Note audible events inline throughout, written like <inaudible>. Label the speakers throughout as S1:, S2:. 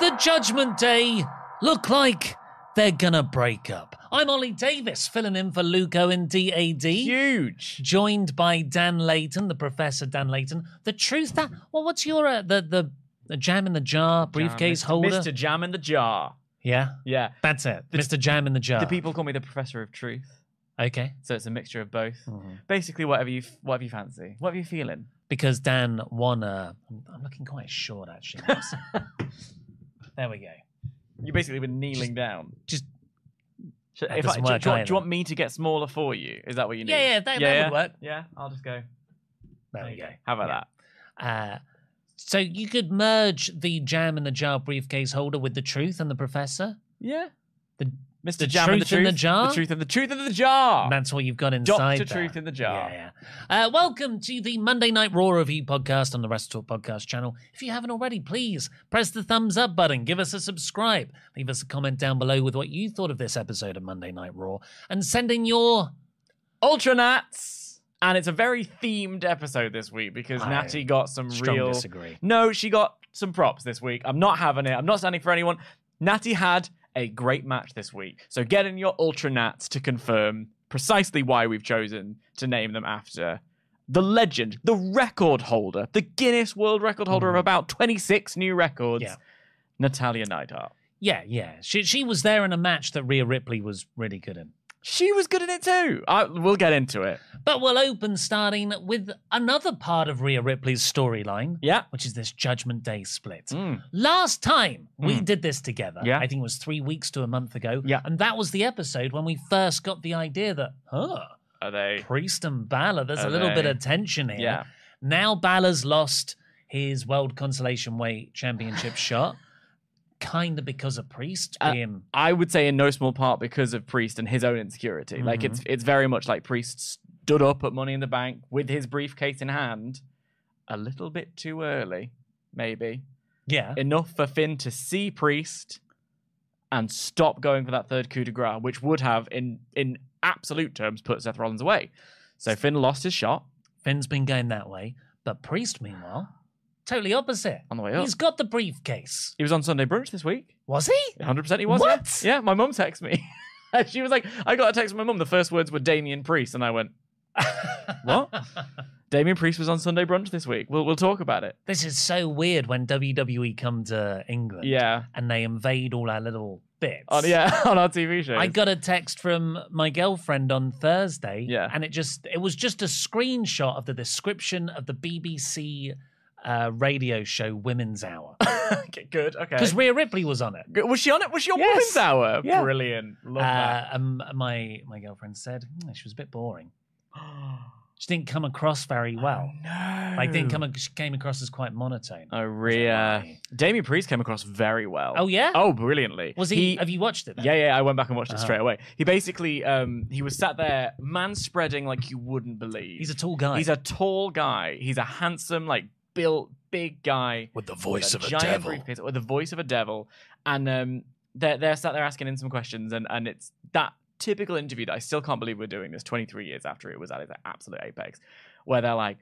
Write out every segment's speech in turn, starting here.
S1: the Judgment Day look like they're gonna break up. I'm Ollie Davis, filling in for Luco in DAD.
S2: Huge.
S1: Joined by Dan Layton, the Professor Dan Layton. The truth that well, what's your uh, the, the the jam in the jar briefcase
S2: Jam,
S1: holder?
S2: Mr. Jam in the jar.
S1: Yeah,
S2: Yeah.
S1: that's it. Mr. Jam in the jar.
S2: The people call me the professor of truth,
S1: Okay,
S2: so it's a mixture of both.
S1: Mm-hmm.
S2: Basically, whatever you f- whatever you fancy, whatever you're feeling.
S1: because Dan won. Uh, I'm looking quite short actually. <laughs> there we go.
S2: You basically been kneeling down.
S1: Just
S2: Should,
S1: That
S2: if I,
S1: doesn't
S2: do,
S1: work
S2: do you want-
S1: either.
S2: do you want me to get smaller for you? Is that what you need?
S1: Yeah, yeah, that- that would work.
S2: Yeah, I'll just go.
S1: there we go.
S2: How about
S1: Yeah. Uh, so you could merge the jam in the jar briefcase holder with the truth and the professor.
S2: that? Yeah.
S1: The,
S2: Mr.
S1: the
S2: Jam
S1: truth
S2: in the truth
S1: in the jar.
S2: The truth in the truth in the jar.
S1: And that's what you've got inside.
S2: Ah. Doctor
S1: there.
S2: Truth in the jar.
S1: Yeah, yeah. Uh, welcome to the Monday Night Raw Review podcast on the Wrestle Talk podcast channel. If you haven't already, please press the thumbs up button, give us a subscribe, leave us a comment down below with what you thought of this episode of Monday Night Raw, and send in your
S2: Ultranats. And it's a very themed episode this week because
S1: I
S2: Natty got some
S1: strong
S2: real.
S1: disagree.
S2: No, she got some props this week. I'm not having it. I'm not standing for anyone. Natty had a great match this week. So get in your Ultra Nats to confirm precisely why we've chosen to name them after the legend, the record holder, the Guinness World Record holder of about 26 new records,
S1: Mm-hmm. Yeah.
S2: Natalia Neidhart.
S1: Yeah, yeah. She she was there in a match that Rhea Ripley was really good in.
S2: She was good at it too. I, we'll get into it.
S1: But we'll open starting with another part of Rhea Ripley's storyline,
S2: Yeah.
S1: which is this Judgment Day split.
S2: Mm.
S1: Last time we
S2: Mm.
S1: did this together,
S2: Yeah.
S1: I think it was three weeks to a month ago.
S2: Yeah.
S1: And that was the episode when we first got the idea that, huh,
S2: Are they?
S1: Priest and Balor, there's a
S2: Are
S1: little bit
S2: they-
S1: of tension here.
S2: Yeah.
S1: Now Balor's lost his World Consolation Weight
S2: <sighs>
S1: Championship shot, kind of because of Priest
S2: Uh,
S1: being.
S2: I would say in no small part because of Priest and his own insecurity. Like it's it's very much like Priest stood up at Money in the Bank with his briefcase in hand, a little bit too early, maybe
S1: Yeah.
S2: enough for Finn to see Priest and stop going for that third coup de grace, which would have in in absolute terms put Seth Rollins away. So Finn lost his shot
S1: Finn's been going that way. But Priest, meanwhile, totally opposite.
S2: on the way up.
S1: He's got the briefcase.
S2: He was on Sunday brunch this week.
S1: Was he?
S2: 100% he was.
S1: What?
S2: Yeah, Yeah, my mum texted me. <laughs> she was like, I got a text from my mum. The first words were Damien Priest. And I went, <laughs> What? Damien Priest was on Sunday brunch this week. We'll, we'll talk about it.
S1: This is so weird when WWE come to England
S2: Yeah.
S1: and they invade all our little bits.
S2: On, yeah, <laughs> on our TV show.
S1: I got a text from my girlfriend on Thursday,
S2: Yeah.
S1: and it just it was just a screenshot of the description of the BBC uh, radio show Women's Hour
S2: <laughs> okay, good. Okay.
S1: because Rhea Ripley was on it.
S2: Good. Was she on it? Was she on
S1: Yes.
S2: Women's Hour?
S1: Yeah.
S2: Brilliant. Love
S1: Uh, um, my my girlfriend said "Hmm, she was a bit boring. She didn't come across very well.
S2: that.
S1: Like didn't come ac- she came across as quite monotone.
S2: Oh, Rhea. Damien Priest came across very well.
S1: Oh, yeah?
S2: Oh, brilliantly.
S1: Was he? have you watched it? Then?
S2: Yeah, yeah, I went back and watched it
S1: Uh-huh.
S2: straight away. He basically, um, he was sat there, man spreading like you wouldn't believe.
S1: He's a tall guy.
S2: He's a tall guy. He's a handsome, like built, big guy
S1: with the
S2: with giant briefcase- with the voice of a devil. And um, they're they're sat there asking him some questions, and and it's that typical interview that I still can't believe we're doing this 23 years after it was at its absolute apex, where they're like,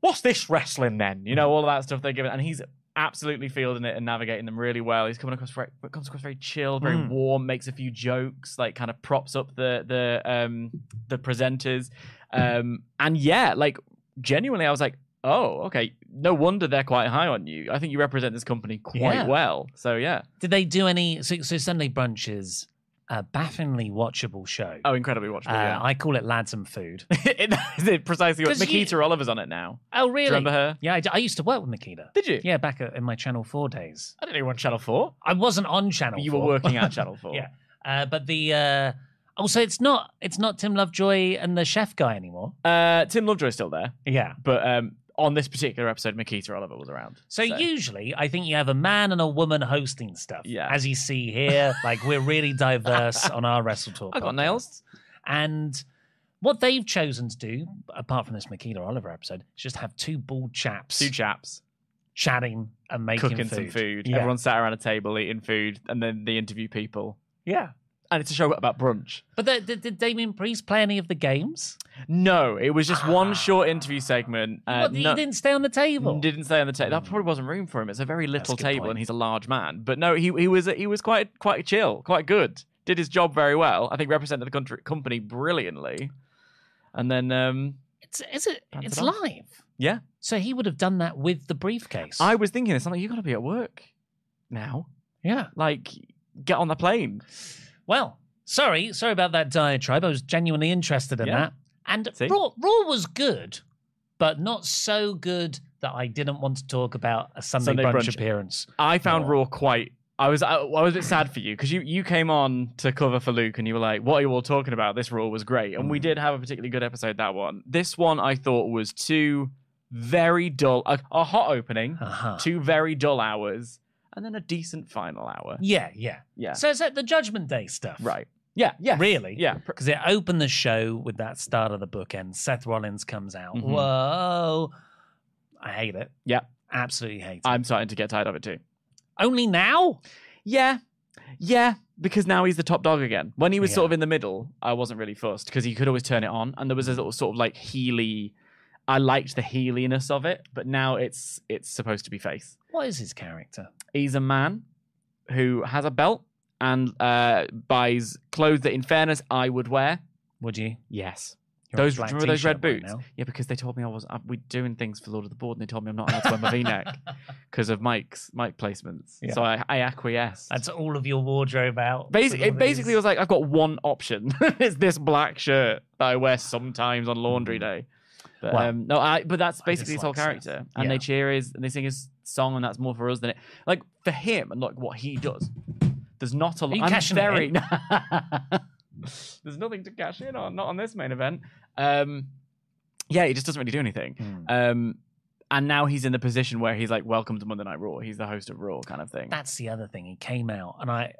S2: "What's this wrestling then?" You know, all of that stuff they're giving, and he's absolutely fielding it and navigating them really well. He's coming across very, comes across very chill, very
S1: Mm.
S2: warm, makes a few jokes, like kind of props up the the um the presenters, um and yeah, like genuinely, I was like. Oh, okay. No wonder they're quite high on you. I think you represent this company quite
S1: Yeah.
S2: well. So yeah.
S1: Did they do any? So, so Sunday brunch is a baffingly watchable show.
S2: Oh, incredibly watchable.
S1: Uh,
S2: yeah.
S1: I call it Lads and Food.
S2: <laughs> it, it precisely what
S1: 'Cause you-
S2: Nikita Oliver's on it now.
S1: Oh, really?
S2: Do you remember her?
S1: Yeah, I, d- I used to work with Nikita.
S2: Did you?
S1: Yeah, back at, in my Channel 4 days.
S2: I didn't even on Channel Four.
S1: I wasn't on Channel
S2: you
S1: 4.
S2: were working
S1: <laughs>
S2: at Channel Four.
S1: Yeah. Uh, but the. Uh, also, it's not it's not Tim Lovejoy and the chef guy anymore.
S2: Uh, Tim Lovejoy's still there,
S1: Yeah.
S2: but um, on this particular episode, Makita Oliver was around.
S1: So, usually, I think you have a man and a woman hosting stuff.
S2: Yeah.
S1: As you see
S2: <laughs>
S1: here, like we're really diverse on our Wrestle Talk.
S2: I got
S1: podcast.
S2: nails.
S1: And what they've chosen to do, apart from this Makita Oliver episode, is just have two bald chaps
S2: Two chaps
S1: chatting and making
S2: cooking
S1: food.
S2: some food.
S1: Yeah.
S2: Everyone sat around a table eating food, and then they interview people.
S1: yeah.
S2: And it's a show about brunch.
S1: But the, did- did Damien Priest play any of the games?
S2: No, it was just
S1: Ah.
S2: one short interview segment. Uh,
S1: what,
S2: no-
S1: he didn't stay on the table.
S2: Didn't stay on the table. That probably wasn't room for him. It's a very little
S1: a good
S2: table,
S1: point.
S2: and he's a large man. But no, he he was he was quite quite chill, quite good. Did his job very well. I think represented the country company brilliantly. And then um,
S1: it's is it,
S2: Pants
S1: it's
S2: it off.
S1: live.
S2: yeah,
S1: So he would have done that with the briefcase.
S2: I was thinking this. I'm like, you gotta be at work now.
S1: yeah.
S2: Like, get on the plane.
S1: Well, sorry, sorry about that diatribe. I was genuinely interested in
S2: Yeah.
S1: that. And
S2: See?
S1: Raw, Raw was good, but not so good that I didn't want to talk about a Sunday,
S2: Sunday
S1: brunch,
S2: brunch.
S1: appearance.
S2: I found
S1: Oh.
S2: Raw quite. I was I, I was a bit sad for you because you you came on to cover for Luke and you were like, "What are you all talking about? This Raw was great," and we did have a particularly good episode. That one, this one, I thought was two very dull, a, a hot opening,
S1: Uh-huh.
S2: two very dull hours, and then a decent final hour.
S1: Yeah, yeah.
S2: Yeah,
S1: So it's like the Judgment Day stuff.
S2: right. Yeah, yeah,
S1: Really?
S2: yeah. Pr-
S1: Because it opened the show with that start of the bookend. Seth Rollins comes out.
S2: Mhm.
S1: Whoa. I hate it.
S2: Yeah.
S1: Absolutely hate it.
S2: I'm starting to get tired of it too.
S1: Only now?
S2: Yeah, yeah. Because now he's the top dog again. When he was sort
S1: Yeah.
S2: of in the middle, I wasn't really fussed because he could always turn it on, and there was a little sort of like heely. I liked the heeliness of it, but now it's it's supposed to be face.
S1: What is his character?
S2: He's a man who has a belt and uh, buys clothes that, in fairness, I would wear.
S1: Would you?
S2: Yes,
S1: You're in a
S2: those
S1: black
S2: remember those
S1: t-shirt
S2: red
S1: right
S2: boots?
S1: now.
S2: yeah, because they told me I was I, we're doing things for Lord of the Board, and they told me I'm not allowed to wear
S1: <laughs>
S2: my V-neck because of Mike's Mike placements.
S1: Yeah.
S2: So I, I acquiesced.
S1: That's all of your wardrobe out.
S2: Basically,
S1: Sort
S2: it
S1: of
S2: basically
S1: is-
S2: was like I've got one option. <laughs> it's this black shirt that I wear sometimes on laundry day. But
S1: Hmm. Wow.
S2: um, no, I, but that's
S1: I
S2: basically his whole
S1: dislike Seth.
S2: character. And
S1: Yeah.
S2: they cheer his and they sing his song, and that's more for us than it. Like for him and like what he does. There's not a
S1: Are
S2: lot.
S1: you
S2: I'm
S1: cashing it
S2: very.
S1: in?
S2: <laughs> There's nothing to cash in on. Not on this main event. Um, yeah, he just doesn't really do anything.
S1: Hmm.
S2: Um, and now he's in the position where he's like, "Welcome to Monday Night Raw." He's the host of Raw, kind of thing.
S1: That's the other thing. He came out, and I,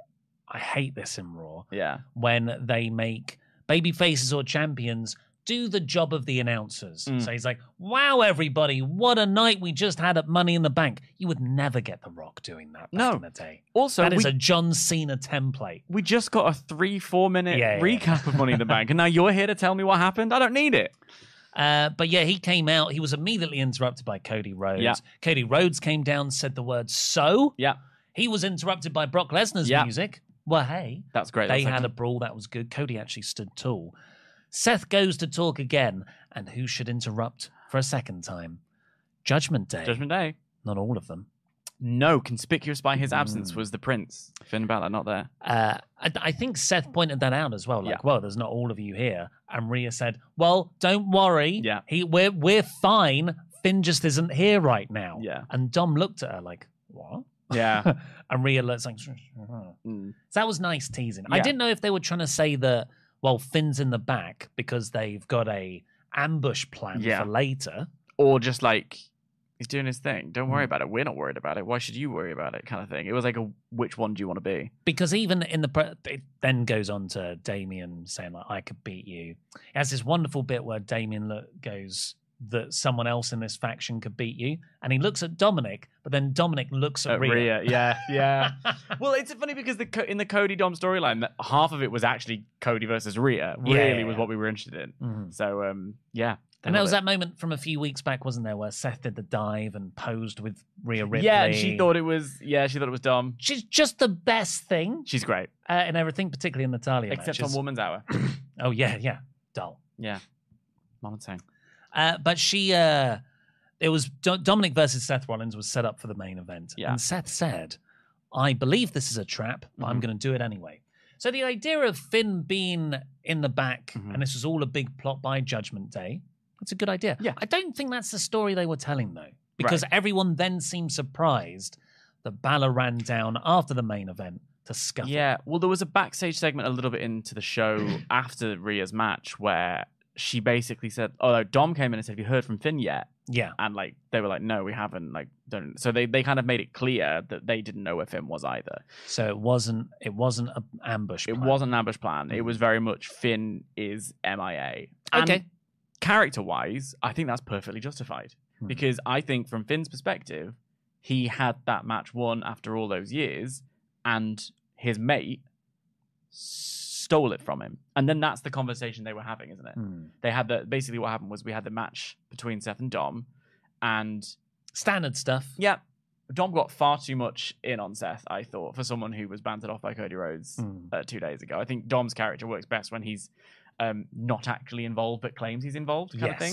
S1: I hate this in Raw
S2: yeah.
S1: when they make baby faces or champions do the job of the announcers.
S2: Mm.
S1: So he's like, "Wow, everybody, what a night we just had at Money in the Bank." You would never get The Rock doing that back
S2: No.
S1: in the day.
S2: Also,
S1: that
S2: we
S1: is a John Cena template.
S2: we just got a three, four minute
S1: Yeah, yeah,
S2: recap of Money in the Bank, and now you're here to tell me what happened. I don't need it.
S1: Uh, but yeah, he came out. He was immediately interrupted by Cody Rhodes.
S2: Yeah.
S1: Cody Rhodes came down, said the word "so."
S2: Yeah,
S1: He was interrupted by Brock Lesnar's
S2: Yeah.
S1: music. Well, hey,
S2: that's great.
S1: they
S2: That's
S1: had a
S2: like-
S1: brawl that was good. Cody actually stood tall. Seth goes to talk again, and who should interrupt for a second time? <laughs> Judgment Day.
S2: Judgment Day.
S1: Not all of them.
S2: No, conspicuous by his absence
S1: Mm.
S2: was the Prince. Finn Balor not there.
S1: Uh, I, I think Seth pointed that out as well. Like,
S2: Yeah.
S1: well, there's not all of you here. And Rhea said, "Well, don't worry.
S2: Yeah.
S1: he we're we're fine. Finn just isn't here right now."
S2: Yeah.
S1: And Dom looked at her like, "What?"
S2: Yeah,
S1: and Rhea looks like,
S2: <laughs>
S1: <laughs> "Hmm."
S2: Mm.
S1: So that was nice teasing. I
S2: Yeah.
S1: didn't know if they were trying to say that well, Finn's in the back because they've got a ambush plan
S2: Yeah.
S1: for later.
S2: or just like he's doing his thing. Don't worry
S1: Mm.
S2: about it. We're not worried about it. Why should you worry about it? Kind of thing. It was like a which one do you want to be?
S1: Because even in the pre- it then goes on to Damien saying like I could beat you. It has this wonderful bit where Damien look, goes, that someone else in this faction could beat you. And he looks at Dominic, but then Dominic looks at,
S2: At
S1: Rhea.
S2: Rhea, yeah, yeah. <laughs> well, it's funny because the co- in the Cody Dom storyline, that half of it was actually Cody versus Rhea.
S1: Yeah,
S2: Really
S1: yeah,
S2: was
S1: yeah.
S2: what we were interested in.
S1: Mhm.
S2: So, um, yeah. they
S1: And that
S2: love
S1: was
S2: it.
S1: that moment from a few weeks back, wasn't there, where Seth did the dive and posed with Rhea Ripley.
S2: Yeah, and she thought it was. Yeah, she thought it was Dom.
S1: she's just the best thing
S2: She's great,
S1: uh, in everything, particularly in the Talia
S2: except
S1: matches.
S2: on Woman's Hour.
S1: Oh yeah, yeah, dull.
S2: yeah, Mama Tang.
S1: Uh, but she, uh, it was Do- Dominic versus Seth Rollins was set up for the main event,
S2: Yeah.
S1: and Seth said, "I believe this is a trap, but I'm
S2: Mhm.
S1: going to do it anyway." So the idea of Finn being in the back,
S2: Mhm.
S1: and this was all a big plot by Judgment Day, that's a good idea.
S2: Yeah.
S1: I don't think that's the story they were telling though, because everyone then seemed surprised that Balor ran down after the main event to scuffle.
S2: Yeah, well, there was a backstage segment a little bit into the <clears throat> show after Rhea's match where she basically said, "Oh, no, Dom came in and said, have you heard from Finn yet?"
S1: yeah,
S2: And like they were like, "No, we haven't." Like, don't. So they they kind of made it clear that they didn't know where Finn was either.
S1: So it wasn't it wasn't an ambush.
S2: It
S1: plan.
S2: wasn't an ambush plan. It
S1: Mm.
S2: was very much Finn is MIA.
S1: Okay.
S2: Character wise, I think that's perfectly justified
S1: Hmm.
S2: because I think from Finn's perspective, he had that match won after all those years, and his mate stole it from him. And then that's the conversation they were having, isn't it?
S1: Hmm.
S2: They had the basically what happened was we had the match between Seth and Dom, and
S1: standard stuff.
S2: yeah, Dom got far too much in on Seth. I thought for someone who was bantered off by Cody Rhodes
S1: Hmm.
S2: uh, two days ago. I think Dom's character works best when he's um, not actually involved but claims he's involved, kind
S1: Yes.
S2: of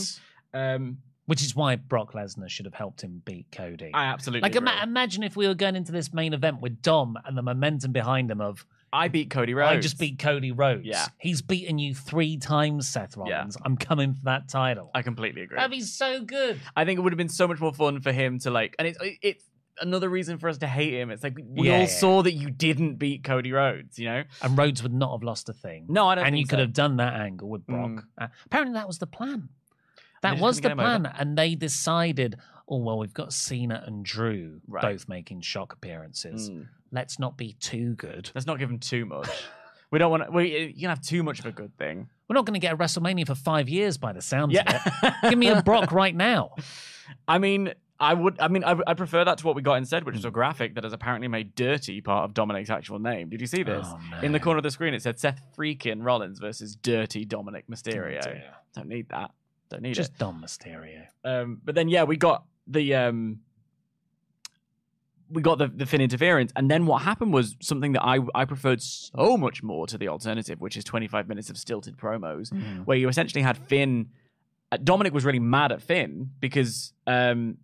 S2: thing. Um,
S1: Which is why Brock Lesnar should have helped him beat Cody.
S2: I absolutely
S1: like
S2: agree.
S1: ima- imagine if we were going into this main event with Dom and the momentum behind him of
S2: I beat Cody Rhodes.
S1: I just beat Cody Rhodes.
S2: Yeah.
S1: He's beaten you three times, Seth Rollins. I'm coming for that title.
S2: I completely agree.
S1: That'd be so good.
S2: I think it would have been so much more fun for him to like, and it's it's another reason for us to hate him. It's like we
S1: Yeah,
S2: all
S1: yeah.
S2: saw that you didn't beat Cody Rhodes, you know?
S1: And Rhodes would not have lost a thing.
S2: No, I don't.
S1: and
S2: think
S1: you could
S2: so.
S1: have done that angle with Brock.
S2: Mm.
S1: Uh, apparently, that was the plan.
S2: they
S1: That
S2: just
S1: was the
S2: couldn't get him over.
S1: plan, and they decided, oh well, we've got Cena and Drew
S2: Right.
S1: both making shock appearances.
S2: Mm.
S1: Let's not be too good.
S2: Let's not give him
S1: <laughs>
S2: too much. we don't want. We you can have too much of a good thing.
S1: We're not going to get a WrestleMania for five years, by the sounds of
S2: Yeah. <laughs>
S1: it. Give me a Brock right now.
S2: I mean, I would. I mean, I, I prefer that to what we got instead, which is
S1: Hmm.
S2: a graphic that has apparently made "dirty" part of Dominic's actual name. Did you see this?
S1: Oh,
S2: In the
S1: no.
S2: corner of the screen, it said Seth freaking Rollins versus Dirty Dominic <laughs> Mysterio.
S1: Oh, dear.
S2: Don't need that. Don't need
S1: Just Dom Mysterio.
S2: it. Um, but then, yeah, we got the um, we got the the Finn interference, and then what happened was something that I I preferred so much more to the alternative, which is twenty five minutes of stilted promos where you essentially had Finn. uh, Dominic was really mad at Finn because um,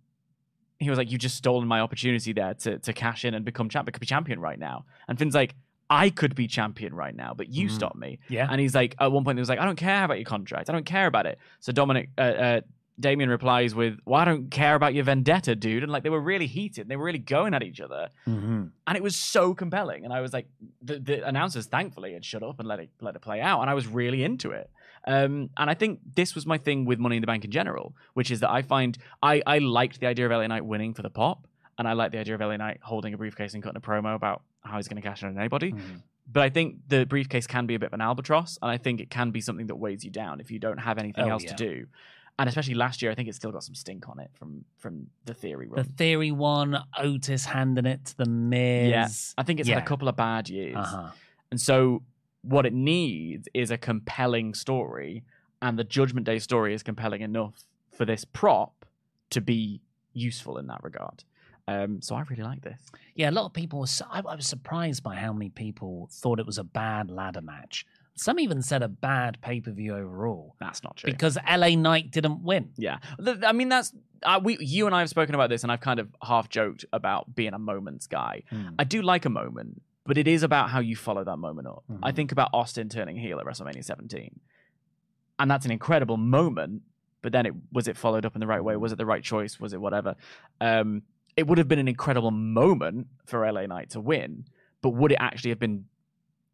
S2: he was like, "You just stolen my opportunity there to to cash in and become champ. I could be champion right now." And Finn's like, "I could be champion right now, but you
S1: Mm.
S2: stopped me."
S1: Yeah.
S2: And he's like, at one point, he was like, "I don't care about your contract. I don't care about it." So Dominic. Uh, uh, Damien replies with, Well, I don't care about your vendetta, dude. And like they were really heated. They were really going at each other. And it was so compelling. And I was like, the, the announcers thankfully had shut up and let it let it play out. And I was really into it. Um, and I think this was my thing with Money in the Bank in general, which is that I find I, I liked the idea of LA Knight winning for the pop, and I liked the idea of LA Knight holding a briefcase and cutting a promo about how he's going to cash in on anybody.
S1: Hmm.
S2: But I think the briefcase can be a bit of an albatross, and I think it can be something that weighs you down if you don't have anything
S1: Oh,
S2: else
S1: yeah.
S2: to do. And especially last year, I think it's still got some stink on it from from the theory
S1: The
S2: run.
S1: Theory one, Otis handing it to the Miz.
S2: Yeah. I think it's had
S1: Yeah.
S2: a couple of bad years.
S1: Uh-huh.
S2: And so what it needs is a compelling story, and the Judgment Day story is compelling enough for this prop to be useful in that regard. Um, so I really like this.
S1: Yeah, a lot of people were. Su- I, I was surprised by how many people thought it was a bad ladder match. Some even said a bad pay per view overall
S2: That's not true.
S1: because LA Knight didn't win.
S2: yeah, The- I mean that's uh, we. You and I have spoken about this, and I've kind of half joked about being a moments guy. I do like a moment, but it is about how you follow that moment up. I
S1: Mhm.
S2: think about Austin turning heel at WrestleMania 17, and that's an incredible moment. But then it was it followed up in the right way? Was it the right choice? Was it whatever? Um, it would have been an incredible moment for LA Knight to win, but would it actually have been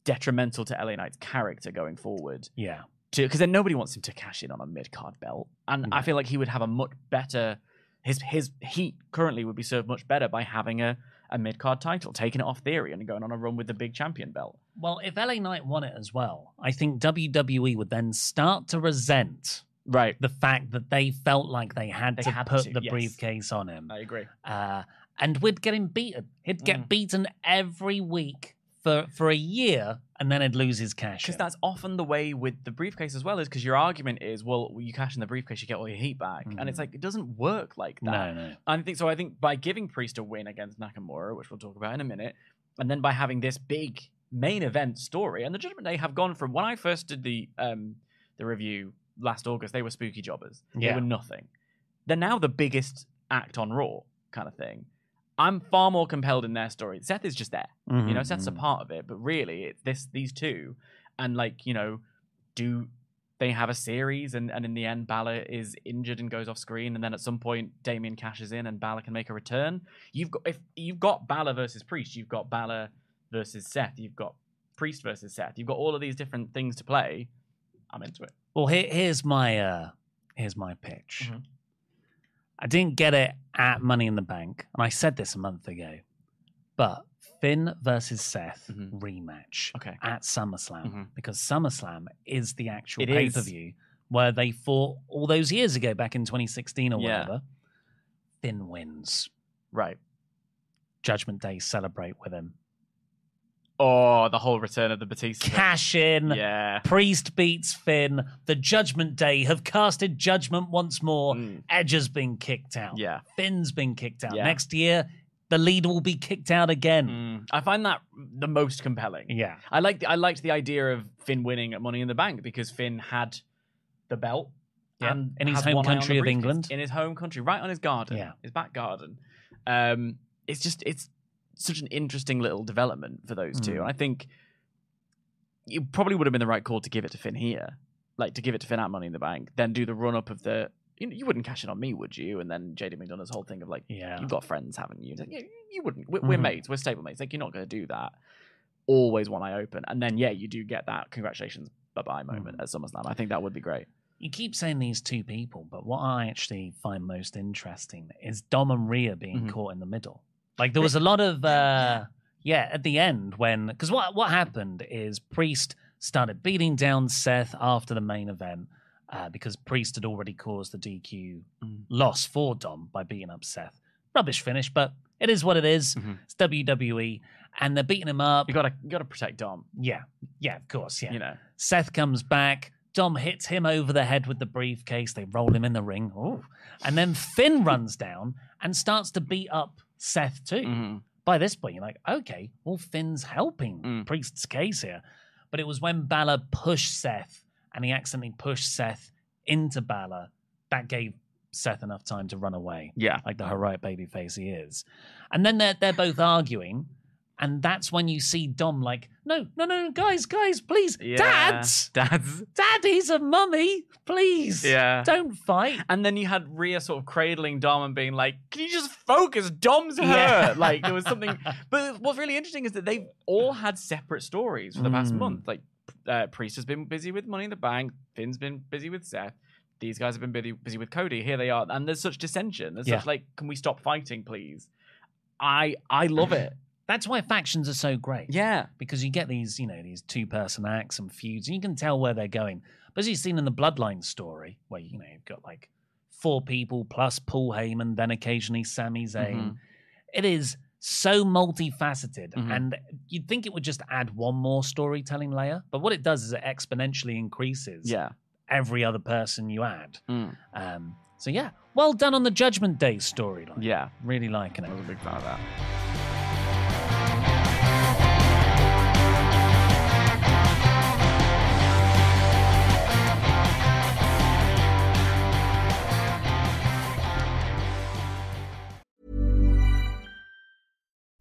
S2: detrimental to LA Knight's character going forward?
S1: Yeah,
S2: because then nobody wants him to cash in on a mid card belt, and I
S1: No.
S2: feel like he would have a much better his his heat currently would be served much better by having a a mid card title, taking it off Theory and going on a run with the big champion belt.
S1: E Well, if LA Knight won it as well, I think WWE would then start to resent
S2: Right.
S1: the fact that they felt like they had
S2: They
S1: to
S2: had
S1: put
S2: to,
S1: the
S2: yes.
S1: briefcase on him.
S2: I agree.
S1: Uh, and we'd get him beaten. He'd get
S2: Mm.
S1: beaten every week for, for a year and then he'd lose his cash.
S2: Because
S1: in.
S2: that's often the way with the briefcase as well, is because your argument is, well, you cash in the briefcase, you get all your heat back. And it's like, it doesn't work like
S1: No,
S2: that.
S1: no.
S2: And I think so. I think by giving Priest a win against Nakamura, which we'll talk about in a minute, and then by having this big main event story, and the Judgment Day have gone from when I first did the um the review last August, they were spooky jobbers. They
S1: Yeah.
S2: were nothing. They're now the biggest act on Raw kind of thing. I'm far more compelled in their story. Seth is just there.
S1: Mm-hmm,
S2: You know, Seth's a part of it, but really, it's this these two, and like you know, do they have a series? And and in the end, Balor is injured and goes off screen, and then at some point, Damien cashes in, and Balor can make a return. You've got if you've got Balor versus Priest, you've got Balor versus Seth, you've got Priest versus Seth, you've got all of these different things to play. I'm into it.
S1: Well, here, here's my uh, here's my pitch.
S2: Mhm.
S1: I didn't get it at Money in the Bank, and I said this a month ago, but Finn versus Seth
S2: Mhm.
S1: rematch
S2: Okay.
S1: at SummerSlam
S2: Mhm.
S1: because SummerSlam is the actual
S2: It
S1: pay
S2: is.
S1: per view where they fought all those years ago, back in 2016 or
S2: Yeah.
S1: whatever. Finn wins.
S2: Right.
S1: Judgment Day celebrate with him.
S2: Oh, the whole return of the Batista. thing.
S1: Cash in.
S2: Yeah.
S1: Priest beats Finn. The Judgment Day have casted judgment once more.
S2: Mm.
S1: Edge has been kicked out.
S2: Yeah.
S1: Finn's been kicked out.
S2: Yeah.
S1: Next year, the lead will be kicked out again.
S2: Mm. I find that the most compelling.
S1: Yeah.
S2: I like I liked the idea of Finn winning at Money in the Bank because Finn had the belt
S1: Yeah,
S2: and
S1: in his
S2: has
S1: home
S2: one eye on
S1: country
S2: the
S1: of
S2: briefcase,
S1: England.
S2: in his home country, right on his garden,
S1: Yeah.
S2: his back garden. Um, it's just it's such an interesting little development for those two,
S1: Mm.
S2: and I think you probably would have been the right call to give it to Finn here, like to give it to Finn at Money in the Bank, then do the run up of the. You, know, you wouldn't cash in on me, would you? And then JD McDonough's whole thing of like,
S1: Yeah.
S2: you've got friends, haven't you? It's like, yeah, you wouldn't. We're, we're
S1: Mhm.
S2: mates. We're stable mates. Like, you're not going to do that. Always one eye open. And then, yeah, you do get that congratulations, bye bye moment at SummerSlam. I think that would be great.
S1: You keep saying these two people, but what I actually find most interesting is Dom and Rhea being
S2: Mhm.
S1: caught in the middle. Like there was a lot of uh yeah, at the end when because what what happened is Priest started beating down Seth after the main event. Uh, because Priest had already caused the DQ
S2: Mm.
S1: loss for Dom by beating up Seth. Rubbish finish, but it is what it is.
S2: Mhm.
S1: It's WWE, and they're beating him up.
S2: You gotta you gotta protect Dom.
S1: Yeah, yeah, of course, yeah.
S2: You know,
S1: Seth comes back. Dom hits him over the head with the briefcase. They roll him in the ring. Ooh. And then Finn runs down and starts to beat up Seth too.
S2: Mhm.
S1: By this point, you're like, okay, well, Finn's helping
S2: Mm.
S1: Priest's case here. But it was when Balor pushed Seth and he accidentally pushed Seth into Balor that gave Seth enough time to run away
S2: yeah.
S1: like the heroic baby face he is. And then they're they're both arguing, and that's when you see Dom like, no, no, no, no, guys, guys, please,
S2: Yeah.
S1: dads,
S2: Dads.
S1: daddies and mummy, please,
S2: Yeah.
S1: don't fight.
S2: And then you had Rhea sort of cradling Dom and being like, "Can you just focus? Dom's her."
S1: Yeah.
S2: <laughs> Like there was something. But what's really interesting is that they've all had separate stories for the past
S1: Mm.
S2: month. Like uh, Priest has been busy with Money in the Bank. Finn's been busy with Seth. These guys have been busy busy with Cody. Here they are, and there's such dissension. There's
S1: Yeah.
S2: such like, "Can we stop fighting, please?" I I love it.
S1: That's why factions are so great.
S2: Yeah.
S1: because you get these, you know, these two person acts and feuds, and you can tell where they're going. But as you've seen in the Bloodline story, where you know you've got like four people plus Paul Heyman, then occasionally Sami Zayn,
S2: Mhm.
S1: it is so multifaceted,
S2: Mhm.
S1: and you'd think it would just add one more storytelling layer, but what it does is it exponentially increases
S2: Yeah.
S1: every other person you add.
S2: Mm.
S1: Um, so yeah, well done on the Judgment Day storyline.
S2: Yeah.
S1: really liking it.
S2: I was a big fan of that.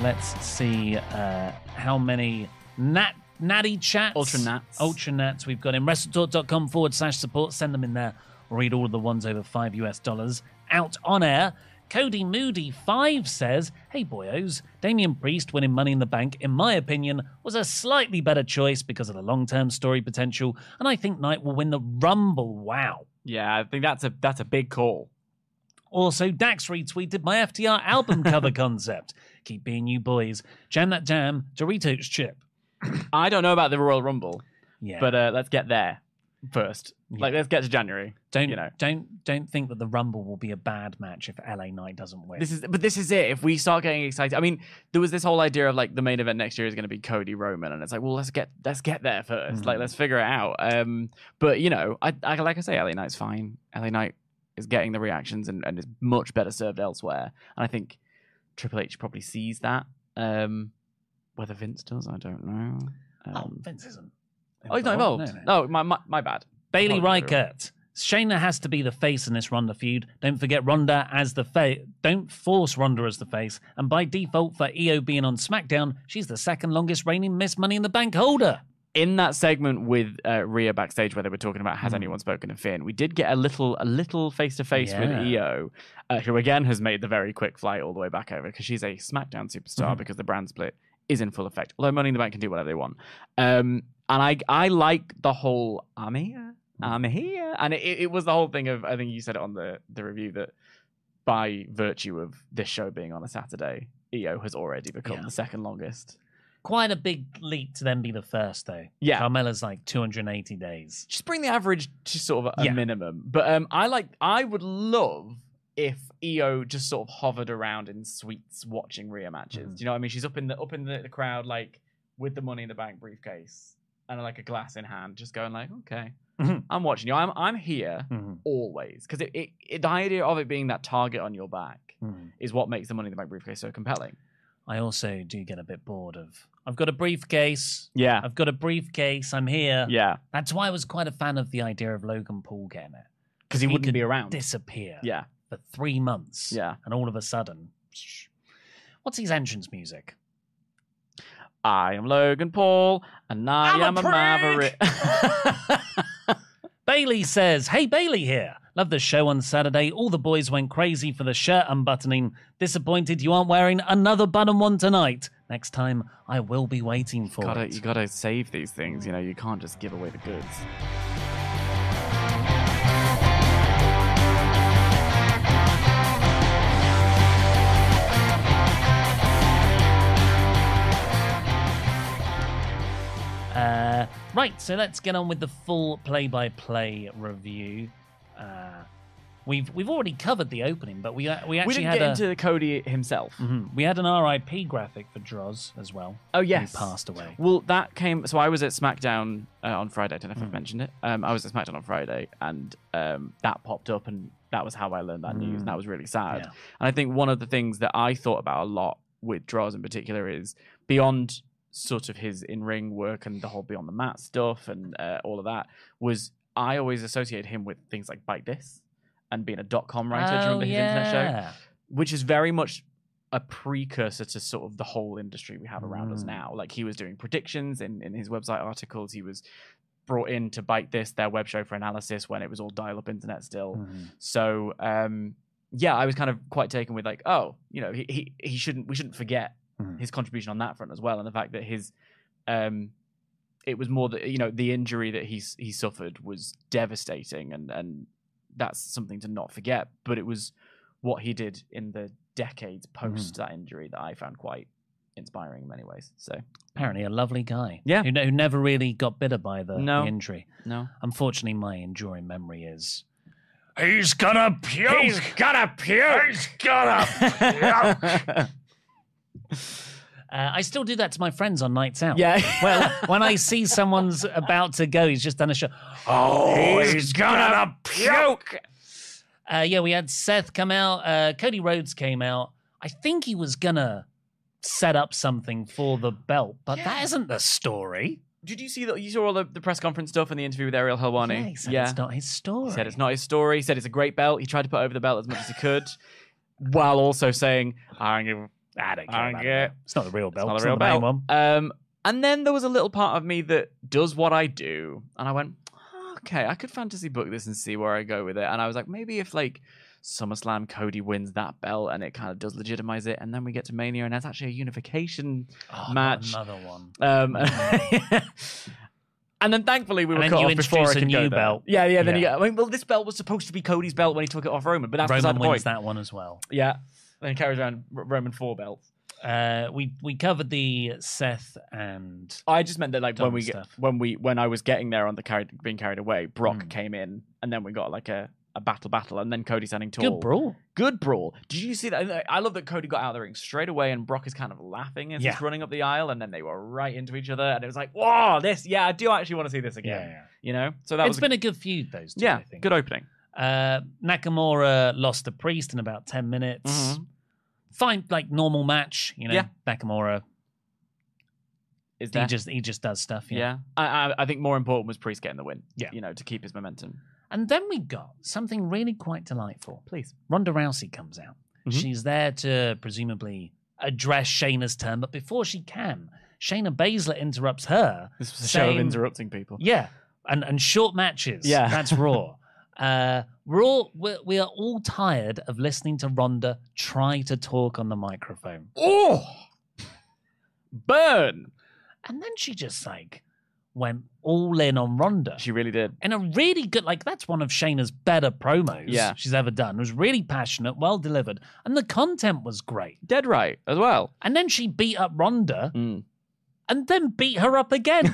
S1: Let's see uh, how many nat natty chats,
S2: Ultra nats.
S1: ultra nats we've got in WrestleTalk.com forward slash support. Send them in there. Read all the ones over five US dollars out on air. Cody Moody five says, "Hey boyos, Damian Priest winning Money in the Bank, in my opinion, was a slightly better choice because of the long-term story potential, and I think Knight will win the Rumble. Wow."
S2: Yeah, I think that's a that's a big call.
S1: Also, Dax retweeted my FTR album
S2: <laughs>
S1: cover concept. Keep being you boys. Jam that jam. Doritos chip.
S2: I don't know about the Royal Rumble,
S1: Yeah.
S2: but uh, let's get there first. Like, let's get to January.
S1: Don't
S2: you know?
S1: don't don't think that the Rumble will be a bad match if LA Knight doesn't win.
S2: This is, but this is it. If we start getting excited, I mean, there was this whole idea of like the main event next year is going to be Cody Roman, and it's like, well, let's get let's get there 1st
S1: Hmm.
S2: Like, let's figure it out. Um, but you know, I, I like I say, LA Knight's fine. LA Knight is getting the reactions and, and is much better served elsewhere. And I think Triple H probably sees that. Um, whether Vince does, I don't know.
S1: oh,
S2: Um,
S1: Vince isn't.
S2: oh, he's not involved. Oh,
S1: No, no.
S2: No, my my, my bad.
S1: Bailey
S2: Apologies, everyone.
S1: Reichert. Shayna has to be the face in this Ronda feud. Don't forget Ronda as the face. Don't force Ronda as the face. And by default, for EO being on SmackDown, she's the second longest reigning Miss Money in the Bank holder.
S2: in that segment with uh, Rhea backstage where they were talking about
S1: Hmm.
S2: has anyone spoken to Finn, we did get a little a little face to face with
S1: Yeah.
S2: EO, uh, who again has made the very quick flight all the way back over because she's a SmackDown superstar
S1: Mm-hmm.
S2: because the brand split is in full effect. Although Money in the Bank can do whatever they want, um, and I I like the whole I'm here,
S1: Hmm.
S2: I'm here, and it, it was the whole thing of I think you said it on the the review that by virtue of this show being on a Saturday, EO has already become
S1: Yeah.
S2: the second longest.
S1: Quite a big leap to then be the first, though.
S2: Yeah.
S1: Carmella's like 280 days.
S2: just bring the average to sort of a
S1: Yeah.
S2: minimum. But um, I like I would love if EO just sort of hovered around in suites watching Rhea matches. Do you know what I mean? She's up in the up in the, the crowd like with the money in the bank briefcase and like a glass in hand, just going like, okay,
S1: Mhm.
S2: I'm watching you. I'm I'm here always because it, it, it the idea of it being that target on your back
S1: Mhm.
S2: is what makes the money in the bank briefcase so compelling.
S1: I also do get a bit bored of. I've got a briefcase.
S2: Yeah,
S1: I've got a briefcase. I'm here.
S2: yeah,
S1: That's why I was quite a fan of the idea of Logan Paul getting it.
S2: because he, wouldn't
S1: could
S2: be around.
S1: Disappear
S2: Um, yeah,
S1: for three months.
S2: Yeah.
S1: And all of a sudden, what's his entrance music?
S2: I am Logan Paul, and I
S1: I'm a
S2: am a,
S1: prick!
S2: maverick.
S1: <laughs>
S2: <laughs>
S1: Bailey says, Hey, Bailey here. Love the show on Saturday. All the boys went crazy for the shirt unbuttoning. Disappointed you aren't wearing another button one tonight. Next time, I will be waiting for
S2: gotta,
S1: it.
S2: you gotta save these things. You know, you can't just give away the goods.
S1: Uh, right, so let's get on with the full play by play review. Uh, We've we've already covered the opening, but we uh, we
S2: we
S1: actually
S2: didn't
S1: had
S2: get
S1: a
S2: into Cody himself.
S1: Mhm. we had an RIP graphic for Droz as well.
S2: Oh yes,
S1: who passed away.
S2: Well, that came. So I was at SmackDown uh, on Friday. I don't know if
S1: Mm.
S2: I've mentioned it. Um, I was at SmackDown on Friday, and um, that popped up, and that was how I learned that news, and that was really sad.
S1: Mm. Yeah.
S2: And I think one of the things that I thought about a lot with Draws in particular is beyond sort of his in-ring work and the whole beyond the mat stuff and uh, all of that was I always associated him with things like Bite This and being a dot-com writer.
S1: Oh,
S2: Do you remember his internet show? which is very much a precursor to sort of the whole industry we have around us
S1: Mm.
S2: now. Like he was doing predictions in, in his website articles. He was brought in to bite this, their web show for analysis when it was all dial up internet still.
S1: Mhm.
S2: So um yeah, I was kind of quite taken with like, oh, you know, he he, he shouldn't we shouldn't forget
S1: Mhm.
S2: his contribution on that front as well. And the fact that his um it was more that you know, the injury that he s- he suffered was devastating and and that's something to not forget. But it was what he did in the decades post that injury that I found quite inspiring in many ways. So
S1: Apparently, a lovely guy.
S2: Yeah.
S1: who, ne- who never really got bitter by the, the
S2: No.
S1: injury.
S2: <laughs> no.
S1: Unfortunately, my enduring memory is. He's gonna puke. He's gonna puke. He's gonna <laughs> Uh, I still do that to my friends on nights out.
S2: Yeah.
S1: well, when I see someone's about to go, he's just done a shot. Oh, he's, gonna, puke. Uh, yeah, we had Seth come out. Uh, Cody Rhodes came out. I think he was gonna set up something for the belt, but that isn't the story.
S2: Did you see that? You saw all the, the press conference stuff and the interview with Ariel Helwani.
S1: Yeah, he said it's not his story.
S2: He said it's not his story. He said it's a great belt. He tried to put over the belt as much as he could, while also saying, "I don't give a
S1: I don't care
S2: I
S1: about
S2: get-
S1: it. It's not the real belt.
S2: It's not
S1: It's
S2: a real
S1: not the main
S2: belt.
S1: one.
S2: Um, and then there was a little part of me that does what I do, and I went, okay, I could fantasy book this and see where I go with it. And I was like, maybe if like SummerSlam Cody wins that belt and it kind of does legitimize it, and then we get to Mania and that's actually a unification
S1: Oh, not
S2: Ah, match.
S1: Another one.
S2: Um, <laughs> and then thankfully we
S1: Hmm. And
S2: were
S1: then
S2: cut
S1: you
S2: off before I
S1: introduce a
S2: could go
S1: new
S2: there.
S1: belt.
S2: Yeah, yeah. Then
S1: Yeah.
S2: you go, I mean, well, this belt was supposed to be Cody's belt when he took it off Roman, but that's beside
S1: Roman
S2: the
S1: wins
S2: point.
S1: that one as well.
S2: Yeah. Then he carries around R- Roman four belts.
S1: Uh, we we covered the Seth and
S2: I just meant that like
S1: Dumb
S2: when we get,
S1: stuff.
S2: when we when I was getting there on the carried being carried away, Brock
S1: Mm.
S2: came in and then we got like a, a battle battle and then Cody standing tall.
S1: Good Brawl.
S2: Good brawl. Did you see that? I love that Cody got out of the ring straight away and Brock is kind of laughing as
S1: Yeah.
S2: he's running up the aisle and then they were right into each other and it was like, whoa, this, yeah, I do actually want to see this again. You know? So that
S1: It's
S2: was
S1: been a good feud, those two.
S2: yeah,
S1: I think.
S2: good opening.
S1: Uh, Nakamura lost the priest in about ten minutes.
S2: Mhm.
S1: Fine, like normal match. You know,
S2: Yeah.
S1: Nakamura.
S2: Is
S1: He
S2: that
S1: just he just does stuff.
S2: yeah?
S1: you know.
S2: I, I I think more important was Priest getting the win.
S1: Yeah.
S2: You know, to keep his momentum.
S1: And then we got something really quite delightful.
S2: Please.
S1: Ronda Rousey comes out.
S2: Mhm.
S1: She's there to presumably address Shayna's turn, but before she can, Shayna Baszler interrupts her.
S2: This was a show
S1: saying-
S2: of interrupting people.
S1: Yeah, and and short matches.
S2: Yeah.
S1: that's
S2: <laughs>
S1: Raw. uh, we're all we're, we are all tired of listening to Ronda try to talk on the microphone,
S2: Oh, burn!
S1: and then she just like went all in on Ronda.
S2: She really did.
S1: and a really good like that's one of Shayna's better promos
S2: Yeah.
S1: she's ever done. It was really passionate, well delivered, and the content was great.
S2: Dead right as well.
S1: And then she beat up Ronda
S2: Mm.
S1: <laughs> and then beat her up
S2: <laughs>
S1: again.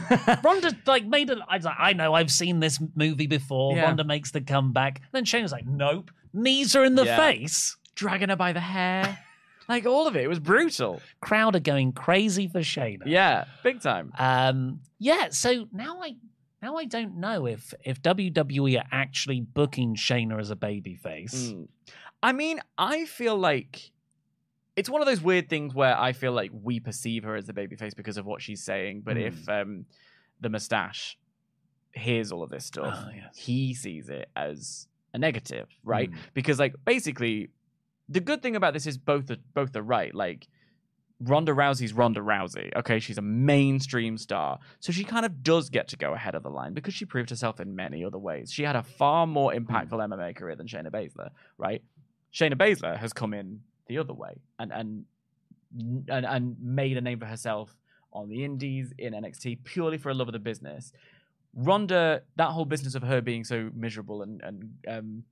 S1: Ronda like made it. I was like, I know, I've seen this movie before.
S2: Yeah.
S1: Ronda makes the comeback. then Shayna's like, nope, knees her in the
S2: Yeah.
S1: face.
S2: Dragging her by the hair, like all of it. It was brutal.
S1: <laughs> Crowd are going crazy for Shayna.
S2: Yeah, big time.
S1: Um, yeah. So now I now I don't know if if WWE are actually booking Shayna as a babyface.
S2: Mm. I mean, I feel like it's one of those weird things where I feel like we perceive her as the babyface because of what she's saying, but
S1: Mm.
S2: if um, the mustache hears all of this stuff,
S1: Oh, yes.
S2: he sees it as a negative, right?
S1: Mm.
S2: Because like basically, the good thing about this is both are, both are right. Like Ronda Rousey's Ronda Rousey. Okay, she's a mainstream star. So she kind of does get to go ahead of the line because she proved herself in many other ways. She had a far more impactful MMA career than Shayna Baszler, right? Shayna Baszler has come in the other way and and and, and made a name for herself on the indies in NXT purely for a love of the business. Ronda, that whole business of her being so miserable and, and um,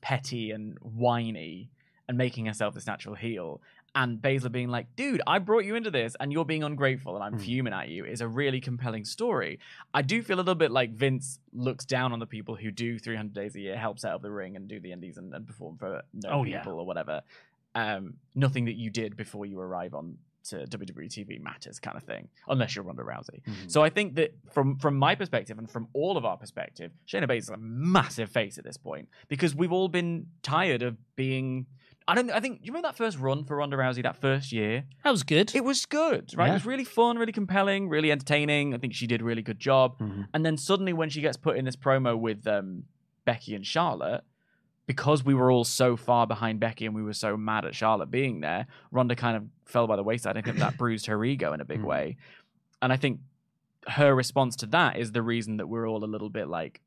S2: petty and whiny and making herself this natural heel and Baszler being like, dude, I brought you into this and you're being ungrateful and I'm
S1: Hmm.
S2: fuming at you is a really compelling story. I do feel a little bit like Vince looks down on the people who do 300 days a year, help set up the ring and do the indies and, and perform for no
S1: Oh, yeah.
S2: people or whatever. Um, nothing that you did before you arrive on to WWE TV matters kind of thing, unless you're Ronda Rousey. So I think that from from my perspective and from all of our perspective, Shayna Baszler is a massive face at this point because we've all been tired of being. I don't. I think. Do you remember that first run for Ronda Rousey that first year?
S1: That was good.
S2: It was good, right? It was really fun, really compelling, really entertaining. I think she did a really good job. And then suddenly, when she gets put in this promo with um, Becky and Charlotte, because we were all so far behind Becky and we were so mad at Charlotte being there, Ronda kind of fell by the wayside. I think that bruised her ego in a big way. And I think her response to that is the reason that we're all a little bit like,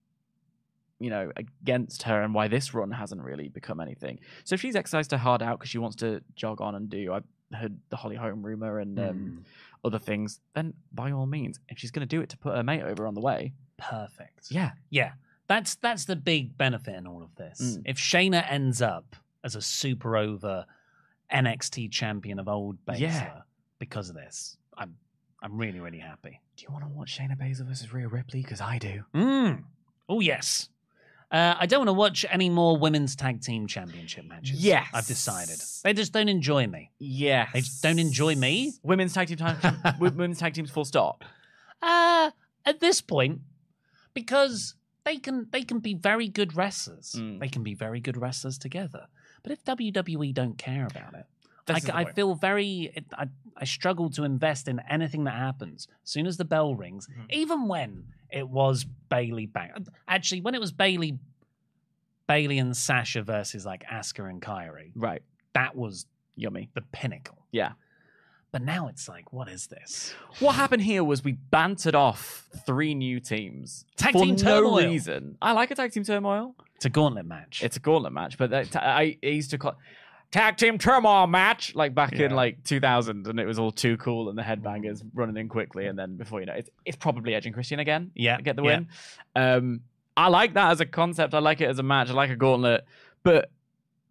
S2: you know, against her and why this run hasn't really become anything. So if she's exercised her heart out because she wants to jog on and do, I heard the Holly Holm rumor and
S1: Hmm.
S2: um, other things, then by all means, if she's going to do it to put her mate over on the way,
S1: perfect.
S2: yeah,
S1: Yeah, that's that's the big benefit in all of
S2: Hmm.
S1: this. If Shayna ends up as a super over NXT champion of old Baszler
S2: Yeah.
S1: because of this, I'm I'm really really happy.
S2: Do you want to watch Shayna Baszler versus Rhea Ripley? Because I do.
S1: Mm. Oh yes. Uh, I don't want to watch any more women's tag team championship matches.
S2: Yes.
S1: I've decided they just don't enjoy me.
S2: Yeah,
S1: They just don't enjoy me.
S2: Women's tag team <laughs> time. women's tag teams. Full stop.
S1: Uh, at this point, because they can they can be very good wrestlers.
S2: Mm.
S1: They can be very good wrestlers together. But if WWE don't care about it,
S2: This is the
S1: I, I
S2: point.
S1: feel very it, I, I struggle to invest in anything that happens. As soon as the bell rings,
S2: Mm-hmm.
S1: even when it was Bailey back, actually when it was Bailey, Bailey and Sasha versus like Asuka and Kyrie,
S2: Right.
S1: that was
S2: Yummy.
S1: the pinnacle.
S2: Yeah.
S1: But now it's like, what is this?
S2: What happened here was we bantered off three new teams
S1: Tag
S2: for
S1: team
S2: no
S1: turmoil.
S2: reason. I like a tag team turmoil.
S1: It's a gauntlet match.
S2: It's a gauntlet match, but that, I, I used to call tag team turmoil match like back in
S1: Yeah. Mm.
S2: like 2000, and it was all too cool and the headbangers running in quickly, and then before you know, it, it's probably Edge and Christian again.
S1: Yeah,
S2: to get the
S1: yeah.
S2: win. Um, I like that as a concept. I like it as a match. I like a gauntlet, but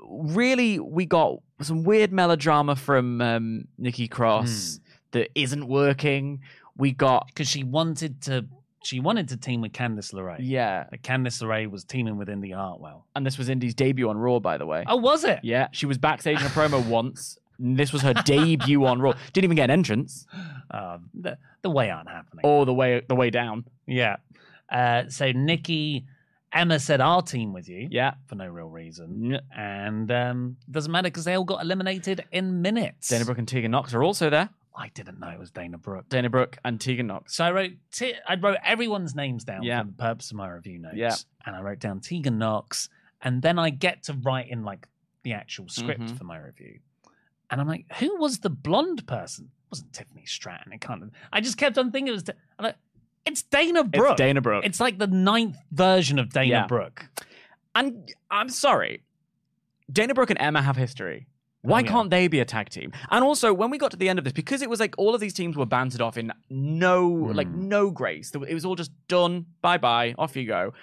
S2: really, we got some weird melodrama from um, Nikki Cross
S1: Hmm.
S2: that isn't working. We got
S1: because she wanted to she wanted to team with Candice LeRae.
S2: yeah,
S1: But Candice LeRae was teaming with Indy Hartwell.
S2: and this was Indy's debut on Raw, by the way.
S1: Oh, was it?
S2: Yeah, she was backstage in a promo once. And This was her debut on Raw. Didn't even get an entrance
S1: Uh, the, the way aren't happening.
S2: all the way the way down.
S1: Yeah. Uh, so Nikki, Emma said, "I'll team with you."
S2: Yeah.
S1: For no real reason, and um, doesn't matter because they all got eliminated in minutes.
S2: Dana Brooke and Tegan Knox are also there.
S1: I didn't know it was Dana Brooke.
S2: Dana Brooke and Tegan Knox.
S1: So I wrote t- I wrote everyone's names down
S2: Yeah.
S1: for the purpose of my review notes.
S2: Yeah.
S1: And I wrote down Tegan Knox, and then I get to write in like the actual script
S2: Mhm.
S1: for my review. And I'm like, who was the blonde person? It wasn't Tiffany Stratton. It can't. I just kept on thinking it was. T- I'm like, it's Dana Brooke.
S2: It's Dana Brooke.
S1: It's like the ninth version of Dana
S2: Yeah.
S1: Brooke.
S2: and I'm sorry, Dana Brooke and Emma have history. Why
S1: Oh, yeah.
S2: can't they be a tag team? And also, when we got to the end of this, because it was like all of these teams were bantered off in no,
S1: Hmm.
S2: like no grace. There- It was all just done. Bye bye. Off you go.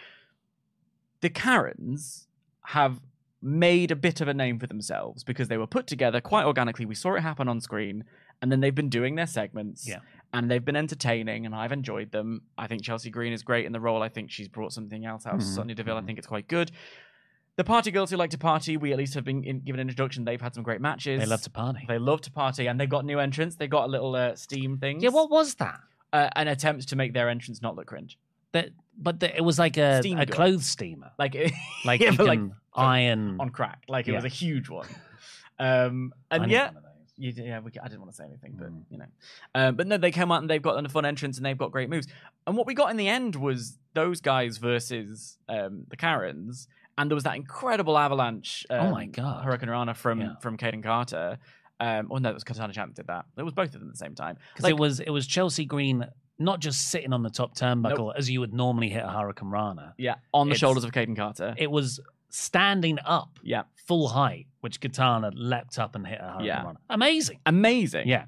S2: The Karens have made a bit of a name for themselves because they were put together quite organically. We saw it happen on screen, and then they've been doing their segments.
S1: Yeah.
S2: And they've been entertaining, and I've enjoyed them. I think Chelsea Green is great in the role. I think she's brought something else
S1: Hmm.
S2: out of Sonya Deville. I think it's quite good. The party girls who like to party, we at least have been in, given an introduction. They've had some great matches.
S1: They love to party.
S2: They love to party, and they got new entrants. They got a little uh, steam thing.
S1: yeah. What was that?
S2: Uh, an attempt to make their entrance not look cringe.
S1: That. But the, it was like a,
S2: Steam
S1: a
S2: gun.
S1: clothes steamer.
S2: Like, <laughs>
S1: Like
S2: yeah,
S1: you
S2: but
S1: can
S2: like
S1: iron.
S2: on crack. Like it was
S1: Yeah.
S2: a huge one. Um, and
S1: I need
S2: yeah,
S1: one of those.
S2: you, d- yeah, we, c- I didn't want to say anything, but
S1: Mm.
S2: you know, um, but no, they came out and they've got a fun entrance and they've got great moves. And what we got in the end was those guys versus um, the Karens, and there was that incredible avalanche. Um,
S1: Oh my God.
S2: Hurricane Rana from
S1: Yeah.
S2: from Caden Carter. Um, oh no, it was Katana Champ that did that. It was both of them at the same time.
S1: because
S2: Like,
S1: it was it was Chelsea Green not just sitting on the top turnbuckle as you would normally hit a Hurricane Rana.
S2: yeah, on the
S1: it's-
S2: shoulders of Caden Carter.
S1: It was standing up,
S2: yeah,
S1: full height, which Katana leapt up and hit a Hurricane
S2: Yeah.
S1: Rana. Amazing.
S2: amazing.
S1: Yeah,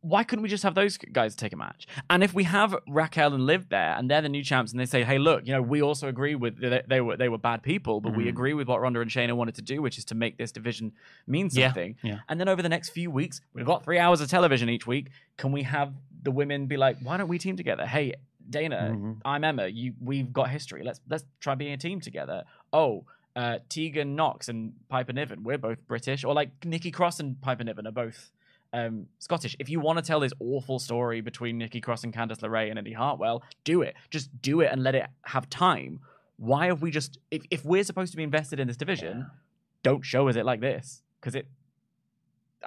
S2: why couldn't we just have those guys take a match? And if we have Raquel and Liv there, and they're the new champs, and they say, "Hey, look, you know, we also agree with they, they were they were bad people, but
S1: Mm.
S2: we agree with what Ronda and Shayna wanted to do, which is to make this division mean
S1: Yeah,
S2: something."
S1: yeah.
S2: And then over the next few weeks, we've got three hours of television each week. Can we have the women be like, "Why don't we team together?" Hey, Dana, I'm Emma. You, we've got history. Let's let's try being a team together. Oh. Uh, Tegan Knox and Piper Niven, we're both British, or like Nikki Cross and Piper Niven are both um, Scottish. If you want to tell this awful story between Nikki Cross and Candice LeRae and Eddie Hartwell, do it. Just do it and let it have time. Why have we just if, if we're supposed to be invested in this division, don't show us it like this because it.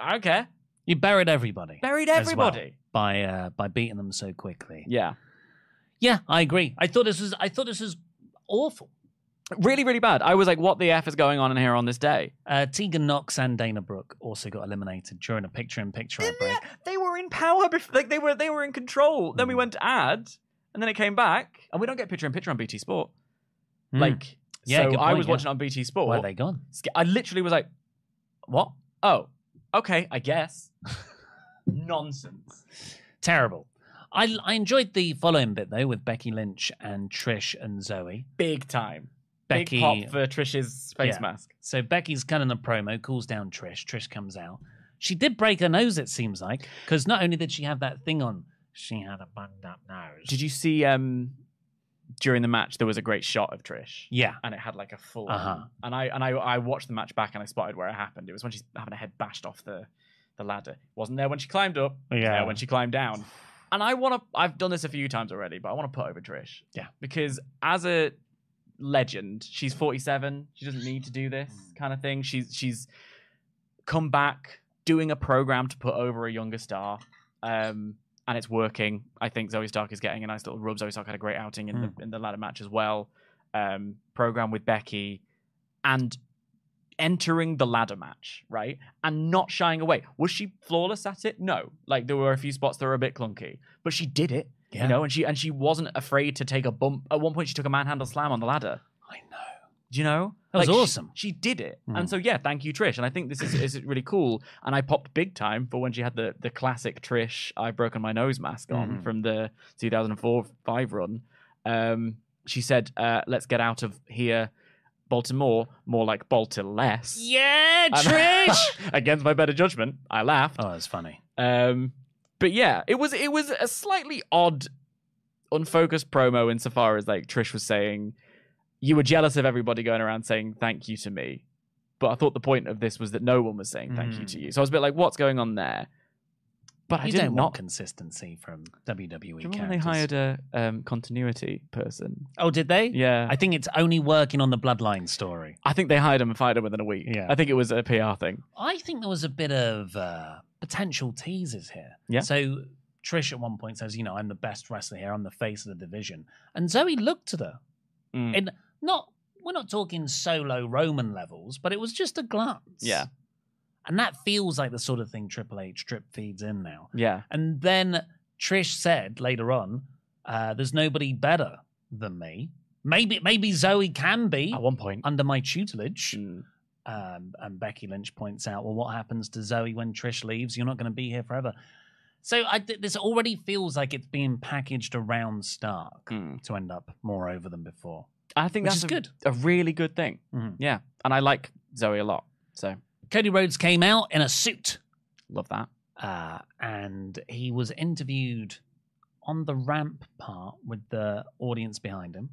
S2: I don't care.
S1: You buried everybody.
S2: Buried
S1: as well
S2: everybody.
S1: by uh, by beating them so quickly.
S2: Yeah,
S1: Yeah, I agree. I thought this was I thought this was awful.
S2: really, really bad. I was like, what the f is going on in here on this day?
S1: Uh, Tegan Knox and Dana Brooke also got eliminated during a picture-in-picture
S2: Yeah,
S1: outbreak.
S2: they were in power before. Like they were, they were in control. Then we went to ad, and then it came back, and we don't get picture in picture on BT Sport.
S1: Hmm.
S2: Like,
S1: Yeah,
S2: so
S1: good
S2: I
S1: point,
S2: was
S1: yeah.
S2: watching on BT Sport.
S1: where are they gone?
S2: Sca- I literally was like, "What? Oh, okay, I <laughs> guess." Nonsense.
S1: Terrible. I I enjoyed the following bit though with Becky Lynch and Trish and Zoe.
S2: Big time.
S1: Becky-
S2: Big pop for Trish's face
S1: Yeah.
S2: mask.
S1: So Becky's cutting a promo, calls down Trish. Trish comes out. She did break her nose, it seems like, because not only did she have that thing on, she had a bunged up nose.
S2: Did you see? Um, during the match, there was a great shot of Trish.
S1: Yeah.
S2: And it had like a full,
S1: Uh-huh.
S2: and I and I, I watched the match back and I spotted where it happened. It was when she's having her head bashed off the, the ladder. Wasn't there when she climbed up.
S1: Yeah.
S2: there when she climbed down. And I want to. I've done this a few times already, but I want to put over Trish.
S1: Yeah.
S2: Because as a legend, she's 47. She doesn't need to do this
S1: Mm.
S2: kind of thing. She's she's come back doing a program to put over a younger star. Um, and it's working. I think Zoe Stark is getting a nice little rub. Zoe Stark had a great outing in
S1: Mm.
S2: the in the ladder match as well. Um, program with Becky, and entering the ladder match right and not shying away. Was she flawless at it? No. Like there were a few spots that were a bit clunky, but she did it.
S1: Yeah.
S2: You know, and she and she wasn't afraid to take a bump. At one point, she took a manhandle slam on the ladder.
S1: I know.
S2: Do you know?
S1: That was
S2: she-
S1: awesome. Mm.
S2: She, did it. And so yeah, thank you, Trish. And I think this is, is really cool. And I popped big time for when she had the the classic Trish I've broken my nose mask on
S1: Mm-hmm.
S2: from the 2004 5 run. Um, she said, uh, let's get out of here. Baltimore, more like Baltimore less.
S1: Yeah, <laughs>
S2: And- <laughs>
S1: Trish.
S2: Against my better judgment, I laughed.
S1: oh, that's funny.
S2: Um, but yeah, it was it was a slightly odd, unfocused promo insofar as like Trish was saying, you were jealous of everybody going around saying thank you to me, but I thought the point of this was that no one was saying thank you to you. So I was a bit like, what's going on there? But I
S1: Mm. you
S2: did
S1: don't want
S2: not.
S1: consistency from WWE
S2: Do you
S1: characters.
S2: remember when they hired a um, continuity person?
S1: oh, did they?
S2: Yeah.
S1: I think it's only working on the Bloodline story.
S2: I think they hired him and fired him within a week.
S1: Yeah.
S2: I think it was a PR thing.
S1: I think there was a bit of uh, potential teasers here.
S2: Yeah.
S1: So Trish at one point says, "You know, I'm the best wrestler here. I'm the face of the division." And Zoe looked at her,
S2: Mm.
S1: and not we're not talking solo Roman levels, but it was just a glance.
S2: Yeah.
S1: And that feels like the sort of thing Triple H drip feeds in now.
S2: Yeah.
S1: And then Trish said later on, uh, "There's nobody better than me. Maybe maybe Zoe can be
S2: At one point.
S1: under my tutelage."
S2: Mm.
S1: um, and Becky Lynch points out, well, what happens to Zoe when Trish leaves? You're not going to be here forever. So I, th- this already feels like it's being packaged around Stark
S2: Mm.
S1: to end up more over than before.
S2: I think
S1: Which
S2: that's
S1: is
S2: a,
S1: good.
S2: a really good thing.
S1: Mhm.
S2: Yeah. And I like Zoe a lot. So
S1: Cody Rhodes came out in a suit,
S2: love that.
S1: uh, and he was interviewed on the ramp part with the audience behind him.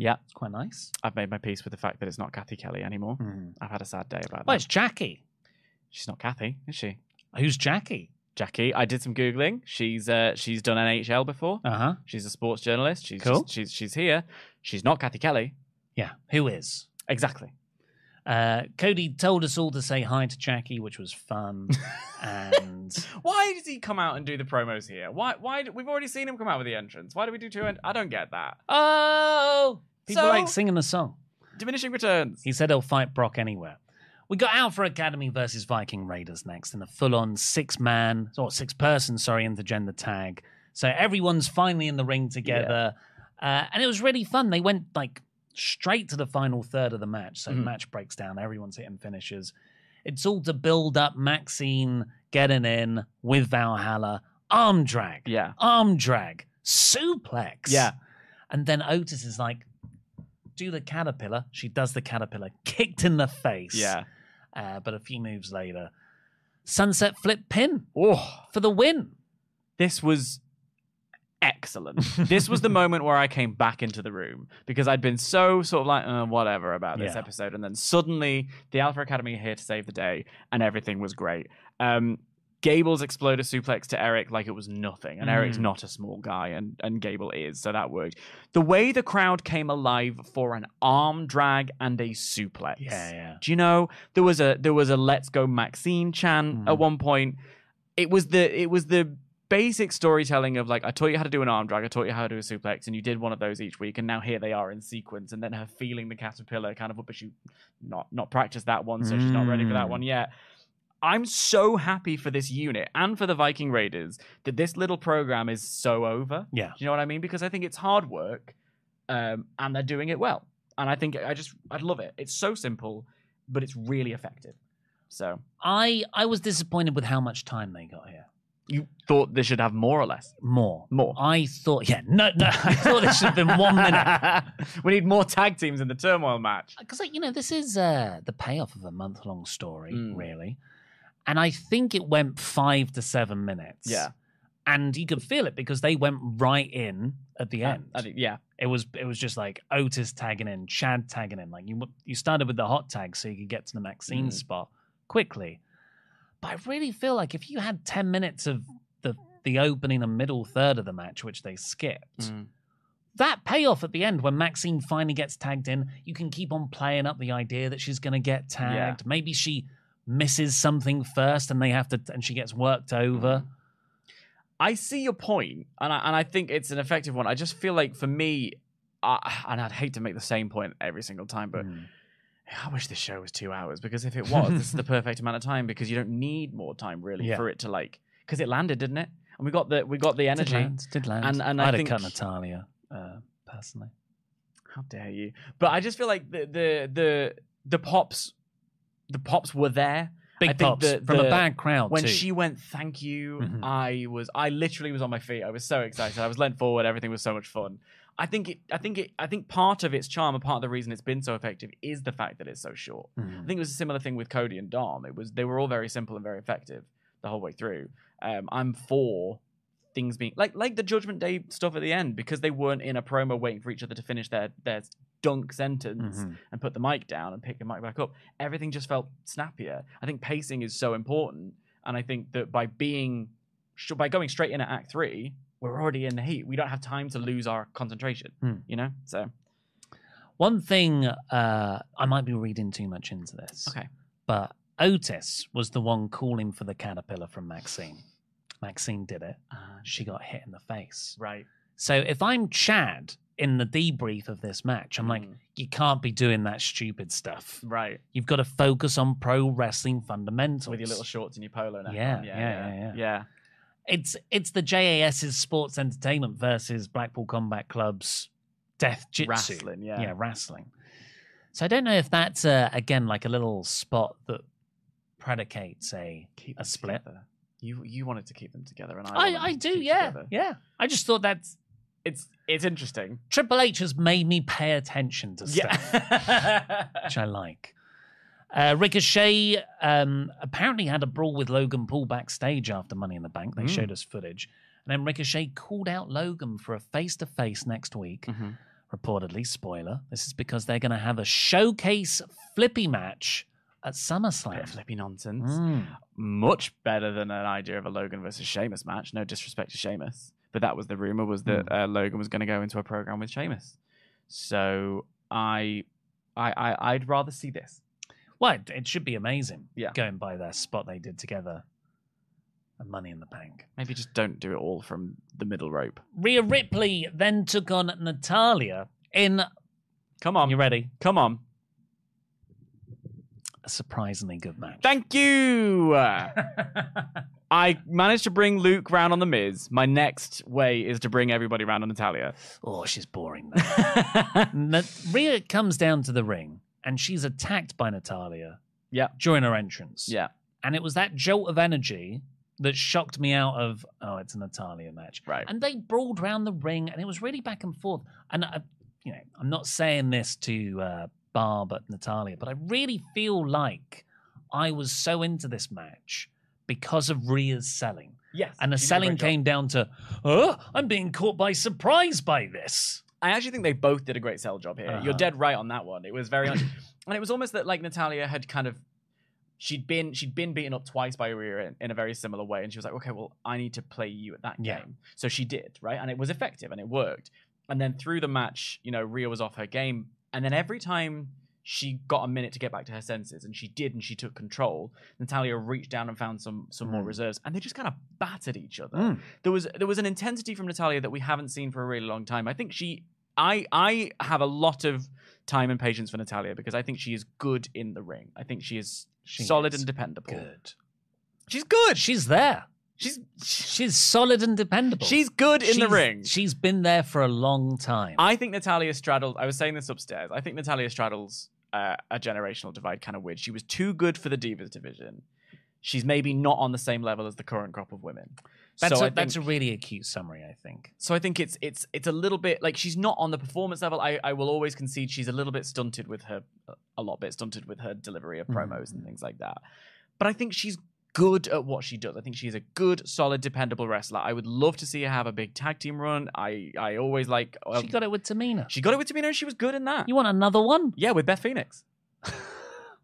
S2: Yeah.
S1: It's quite nice.
S2: I've made my peace with the fact that it's not Kathy Kelly anymore. I've had a sad day about
S1: Well,
S2: that.
S1: it's Jackie.
S2: She's not Kathy, is she?
S1: Who's Jackie?
S2: Jackie, I did some googling. She's uh, she's done NHL before.
S1: Uh huh.
S2: She's a sports journalist. She's
S1: Cool.
S2: she's she's here. She's not Kathy Kelly.
S1: Yeah. Who is?
S2: Exactly.
S1: Uh, Cody told us all to say hi to Jackie, which was fun. and
S2: Why does he come out and do the promos here? Why why do, we've already seen him come out with the entrance? Why do we do two? En- I don't get that.
S1: Oh, people
S2: So-
S1: like singing the song.
S2: Diminishing returns.
S1: He said he'll fight Brock anywhere. We got out for Academy versus Viking Raiders next in a full-on six-man or six-person, sorry, intergender tag. So everyone's finally in the ring together, uh, and it was really fun. They went like straight to the final third of the match. So match breaks down. Everyone's hitting finishes. It's all to build up Maxine getting in with Valhalla arm drag,
S2: Yeah.
S1: arm drag, suplex.
S2: Yeah.
S1: And then Otis is like, do the caterpillar. She does the caterpillar, kicked in the face.
S2: Yeah.
S1: Uh, but a few moves later, sunset flip pin
S2: Oh,
S1: for the win.
S2: this was excellent.
S1: <laughs>
S2: this was the moment where I came back into the room because I'd been so sort of like uh, whatever about this
S1: Yeah.
S2: episode, and then suddenly the Alpha Academy are here to save the day, and everything was great. Um, Gable's exploder suplex to Eric like it was nothing, and Eric's
S1: Mm.
S2: not a small guy, and and Gable is, so that worked. The way the crowd came alive for an arm drag and a suplex.
S1: Yeah, yeah.
S2: Do you know there was a there was a "Let's Go Maxine" chant
S1: Mm.
S2: at one point. It was the it was the basic storytelling of like I taught you how to do an arm drag, I taught you how to do a suplex, and you did one of those each week, and now here they are in sequence. And then her feeling the caterpillar kind of, but she not not practiced that one, so she's not ready for that
S1: Mm.
S2: one yet. I'm so happy for this unit and for the Viking Raiders that this little program is so over.
S1: Yeah.
S2: Do you know what I mean? Because I think it's hard work, um, and they're doing it well. And I think I just I'd love it. It's so simple, but it's really effective. So
S1: I I was disappointed with how much time they got here.
S2: you thought they should have more or less?
S1: More.
S2: More.
S1: I thought, yeah, no, no. <laughs> I thought it should have been one minute.
S2: <laughs> we need more tag teams in the turmoil match.
S1: because like you know this is uh the payoff of a month long story
S2: Mm.
S1: really and i think it went five to seven minutes
S2: Yeah.
S1: and you could feel it because they went right in at the end
S2: I think- yeah.
S1: it was it was just like otis tagging in chad tagging in like you you started with the hot tag so you could get to the maxine
S2: Mm.
S1: spot quickly but i really feel like if you had 10 minutes of the the opening and middle third of the match which they
S2: Mm.
S1: skipped that payoff at the end when Maxine finally gets tagged in, you can keep on playing up the idea that she's going to get tagged. Maybe she misses something first and they have to, and she gets worked over.
S2: Mm. I see your point, and I, and I think it's an effective one. I just feel like for me, I, and I'd hate to make the same point every single time, but
S1: Mm.
S2: I wish this show was two hours because if it was,
S1: <laughs>
S2: this is the perfect amount of time because you don't need more time really
S1: Yeah.
S2: for it to like because it landed, didn't it? And we got the we got the energy.
S1: Did land, did land.
S2: And- and I
S1: I'd
S2: think-
S1: have cut Natalia uh, personally.
S2: How dare you? But I just feel like the the the the pops, the pops were there.
S1: Big
S2: I think
S1: pops
S2: the-
S1: from
S2: the-
S1: a bad crowd
S2: when
S1: too.
S2: she went thank you
S1: Mhm.
S2: i was i literally was on my feet i was so excited i was leant forward everything was so much fun i think it i think it i think part of its charm and part of the reason it's been so effective is the fact that it's so short i
S1: Mhm.
S2: think it was a similar thing with cody and dom it was they were all very simple and very effective the whole way through um i'm for things being like like the judgment day stuff at the end because they weren't in a promo waiting for each other to finish their their dunk sentence
S1: Mhm.
S2: and put the mic down and pick the mic back up. Everything just felt snappier. I think pacing is so important, and I think that by being sh- by going straight in at Act Three, we're already in the heat. We don't have time to lose our concentration.
S1: Hmm.
S2: You know, so
S1: One thing uh, I might be reading too much into this,
S2: okay,
S1: but Otis was the one calling for the caterpillar from Maxine. Maxine did it.
S2: Ah.
S1: She got hit in the face.
S2: right,
S1: So if I'm Chad in the debrief of this match, I'm like,
S2: Mm.
S1: you can't be doing that stupid stuff.
S2: right,
S1: You've got to focus on pro wrestling fundamentals.
S2: with your little shorts and your polo. Now.
S1: Yeah, yeah, yeah, yeah.
S2: yeah.
S1: it's it's the JAS's sports entertainment versus Blackpool Combat Club's death jitsu.
S2: Wrestling, yeah.
S1: yeah, wrestling. So I don't know if that's uh, again like a little spot that predicates a
S2: Keep
S1: a
S2: them
S1: split.
S2: together. You you wanted to keep them together, and I
S1: I,
S2: wanted
S1: I
S2: to
S1: do,
S2: keep
S1: yeah,
S2: together.
S1: yeah. I just thought that's
S2: It's it's interesting.
S1: Triple H has made me pay attention to stuff.
S2: Yeah. <laughs>
S1: which I like. Uh, Ricochet um, apparently had a brawl with Logan Paul backstage after Money in the Bank. They
S2: Mm.
S1: showed us footage. And then Ricochet called out Logan for a face to face next week,
S2: Mhm.
S1: reportedly. Spoiler. This is because they're going to have a showcase flippy match at
S2: Bit of
S1: SummerSlam.
S2: flippy nonsense.
S1: Mm.
S2: much better than an idea of a Logan versus Sheamus match. No disrespect to Sheamus, but that was the rumor was that
S1: Hmm.
S2: uh, Logan was going to go into a program with Sheamus. So I, I, I, I'd rather see this.
S1: Well, it, it should be amazing
S2: Yeah.
S1: going by their spot they did together and Money in the Bank.
S2: Maybe just don't do it all from the middle rope.
S1: Rhea Ripley then took on Natalia in.
S2: Come on,
S1: You ready?
S2: Come on.
S1: A surprisingly good match.
S2: Thank
S1: <laughs>
S2: you. I managed to bring Luke round on the Miz. My next way is to bring everybody round on Natalia.
S1: <laughs> Oh, she's boring. <laughs> now. Na- Rhea comes down to the ring and she's attacked by Natalia
S2: Yeah,
S1: during her entrance.
S2: yeah.
S1: And it was that jolt of energy that shocked me out of oh, it's an Natalia match.
S2: Right.
S1: And they brawled round the ring, and it was really back and forth. And I, you know, I'm not saying this to uh, Barb at Natalia, but I really feel like I was so into this match because of Rhea's selling.
S2: Yes.
S1: And
S2: you
S1: the
S2: did a
S1: selling
S2: great job.
S1: came down to, oh, I'm being caught by surprise by this.
S2: I actually think they both did a great sell job here.
S1: Uh-huh.
S2: You're dead right on that one. It was very, much-
S1: <laughs>
S2: and it was almost that like Natalia had kind of, she'd been she'd been beaten up twice by Rhea in, in a very similar way, and she was like, okay, well, I need to play you at that
S1: Yeah.
S2: game. So she did, right, and it was effective and it worked. And then through the match, you know, Rhea was off her game, and then every time she got a minute to get back to her senses, and she did, and she took control. Natalia reached down and found some some more
S1: Mm.
S2: reserves, and they just kind of battered each other
S1: Mm.
S2: there was there was an intensity from Natalia that we haven't seen for a really long time. I think she I I have a lot of time and patience for Natalia because I think she is good in the ring. I think she is
S1: She
S2: solid
S1: is
S2: and dependable.
S1: Good.
S2: She's good.
S1: She's there.
S2: She's
S1: She's solid and dependable.
S2: she's good in the
S1: She's-
S2: ring.
S1: She's been there for a long time.
S2: I think Natalia straddled. I was saying this upstairs. I think Natalia straddles uh, a generational divide kind of weird. She was too good for the divas division. She's maybe not on the same level as the current crop of women.
S1: that's,
S2: So
S1: a,
S2: I
S1: that's a
S2: think-
S1: really acute summary, I think.
S2: So I think it's it's it's a little bit like she's not on the performance level. I, I will always concede she's a little bit stunted with her a lot bit stunted with her delivery of
S1: Mhm.
S2: promos and things like that. But I think she's good at what she does. I think she's a good, solid, dependable wrestler. I would love to see her have a big tag team run. I I always like um,
S1: she got it with Tamina.
S2: she got it with Tamina. and She was good in that.
S1: you want another one?
S2: <laughs> yeah, with Beth Phoenix.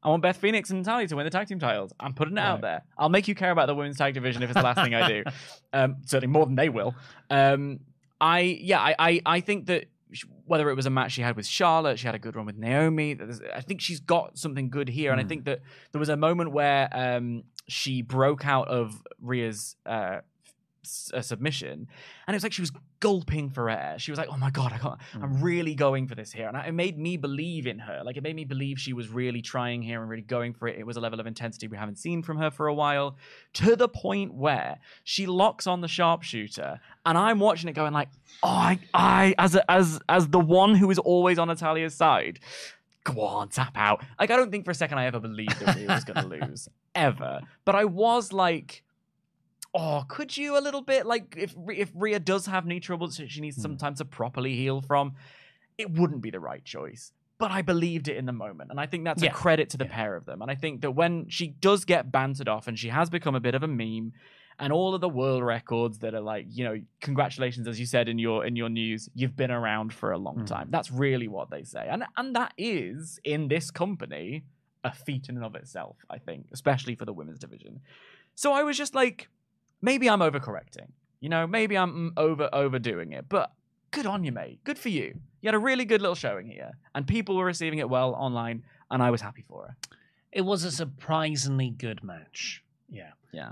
S2: I want Beth Phoenix and Natalia to win the tag team titles. I'm putting it out
S1: Right.
S2: there. I'll make you care about the women's tag division if it's the last thing I do. Um, certainly more than they will. Um, I yeah, I I, I think that sh- whether it was a match she had with Charlotte, she had a good run with Naomi. that there's- I think she's got something good here, and I
S1: Mm.
S2: think that there was a moment where um, she broke out of Rhea's uh, s- uh, submission, and it was like she was gulping for air. She was like, "Oh my god, I can't! I'm really going for this here," and I, it made me believe in her. Like it made me believe she was really trying here and really going for it. It was a level of intensity we haven't seen from her for a while, to the point where she locks on the sharpshooter, and I'm watching it going like, "Oh, I, I as a, as as the one who is always on Natalia's side." Go on, tap out. Like I don't think for a second I ever believed that Rhea was
S1: <laughs>
S2: going to lose ever, but I was like, oh, could you a little bit like if Rhea- if Rhea does have knee troubles that she needs
S1: Hmm.
S2: some time to properly heal from, it wouldn't be the right choice. But I believed it in the moment, and I think that's
S1: Yeah.
S2: a credit to the pair of them. And I think that when she does get bantered off, and she has become a bit of a meme, and all of the world records that are like, you know, congratulations, as you said in your in your news, you've been around for a long
S1: Mhm.
S2: time. That's really what they say, and and that is in this company a feat in and of itself. I think, especially for the women's division. So I was just like, maybe I'm overcorrecting. You know, maybe I'm mm, over overdoing it. But good on you, mate. Good for you. You had a really good little showing here, and people were receiving it well online, and I was happy for her.
S1: It was a surprisingly good match. Yeah.
S2: Yeah.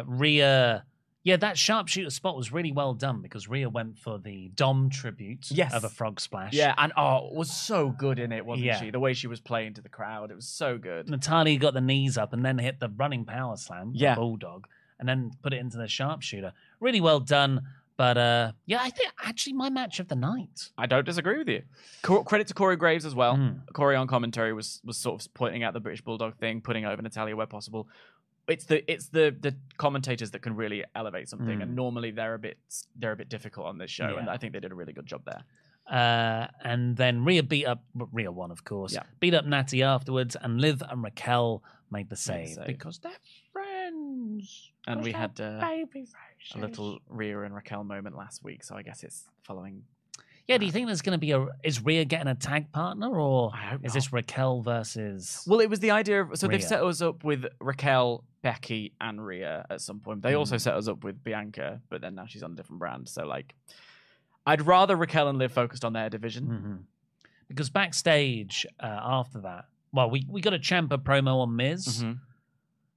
S1: Uh, Rhea. Yeah, that sharpshooter spot was really well done because Rhea went for the Dom tribute
S2: Yes.
S1: of a frog splash.
S2: Yeah, and oh, was so good in it, wasn't
S1: Yeah. Mm.
S2: she? The way she was playing to the crowd, it was so good.
S1: Natalia got the knees up and then hit the running power slam, the
S2: Yeah.
S1: bulldog, and then put it into the sharpshooter. Really well done. But uh, yeah, I think actually my match of the night.
S2: I don't disagree with you. Co- credit to Corey Graves as well. hmm.
S1: Mm.
S2: Corey on commentary was was sort of pointing out the British Bulldog thing, putting over Natalia where possible. It's the it's the the commentators that can really elevate something,
S1: Mm.
S2: and normally they're a bit they're a bit difficult on this show, and
S1: Yeah.
S2: I think they did a really good job there.
S1: Uh, and then Rhea beat up well, Rhea won, of course.
S2: Yeah.
S1: Beat up Natty afterwards, and Liv and Raquel made the save,
S2: save.
S1: because they're friends.
S2: And we
S1: Because
S2: had
S1: they're
S2: uh,
S1: baby
S2: a
S1: faces.
S2: little Rhea and Raquel moment last week, so I guess it's following.
S1: Yeah, do you think there's going to be a is Rhea getting a tag partner or
S2: I hope
S1: is this Raquel versus?
S2: Well, it was the idea of so they've
S1: Rhea.
S2: set us up with Raquel, Becky, and Rhea at some point. They also set us up with Bianca, but then now she's on a different brand. So like, I'd rather Raquel and Liv focused on their division.
S1: Mhm. Because backstage uh, after that, well, we, we got a Champa promo on Miz,
S2: Mhm.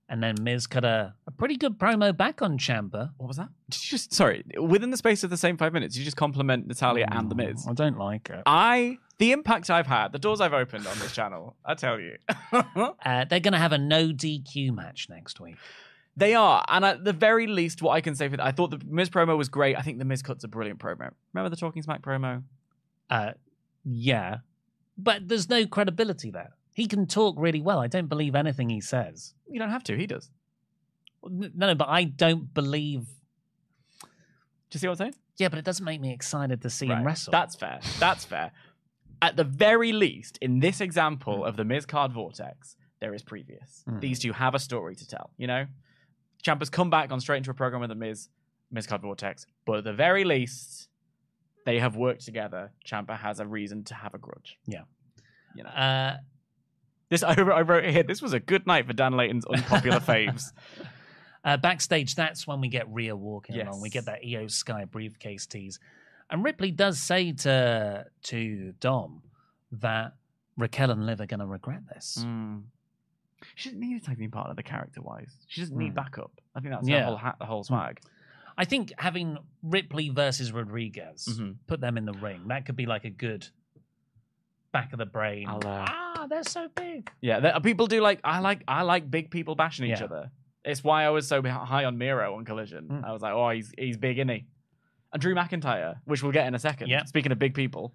S1: and then Miz cut a, a pretty good promo back on Champa.
S2: What was that? Did you just sorry within the space of the same five minutes? You just compliment Natalia and the Miz.
S1: Mm,
S2: Uh,
S1: I don't like it.
S2: I the impact I've had, the doors I've opened on this channel. I tell you, <laughs>
S1: Uh, they're going to have a no DQ match next week.
S2: they are. And at the very least, what I can say for I thought the Miz promo was great. I think the Miz cut's a brilliant promo. Remember the Talking Smack promo?
S1: Uh, yeah, but there's no credibility there. He can talk really well. I don't believe anything he says.
S2: You don't have to. He does.
S1: No, but I don't believe.
S2: Do you see what I'm saying?
S1: Yeah, but it doesn't make me excited to see him
S2: Right.
S1: wrestle.
S2: That's fair. That's fair. At the very least, in this
S1: Hmm.
S2: example of the Miz card vortex, there is previous. These two have a story to tell. You know, Champa's come back, gone straight into a program with the Miz, Miz card vortex. But at the very least, they have worked together. Champa has a reason to have a grudge.
S1: yeah.
S2: You know.
S1: Uh,
S2: This I, I wrote it here. This was a good night for Dan Layton's
S1: <laughs>
S2: unpopular faves.
S1: Uh, backstage, that's when we get Rhea walking
S2: Yes.
S1: along. We get that EO Sky briefcase tease. And Ripley does say to, to Dom that Raquel and Liv are going to regret this.
S2: Mm. She doesn't need a tag team partner, the character wise. She doesn't need backup. I think that's
S1: Hmm. Yeah. Hmm.
S2: the whole hat, the whole swag.
S1: I think having Ripley versus Rodriguez,
S2: Mhm.
S1: put them in the ring, that could be like a good back of the brain.
S2: I'll, uh,
S1: Ah, they're so big.
S2: Yeah, there, people do like. I like. I like big people bashing
S1: Yeah.
S2: each
S1: Hmm.
S2: other. It's why I was so high on Miro on Collision. I was like, oh, he's he's big, isn't he? And Drew McIntyre, which we'll get in a second.
S1: Yeah.
S2: Speaking of big people,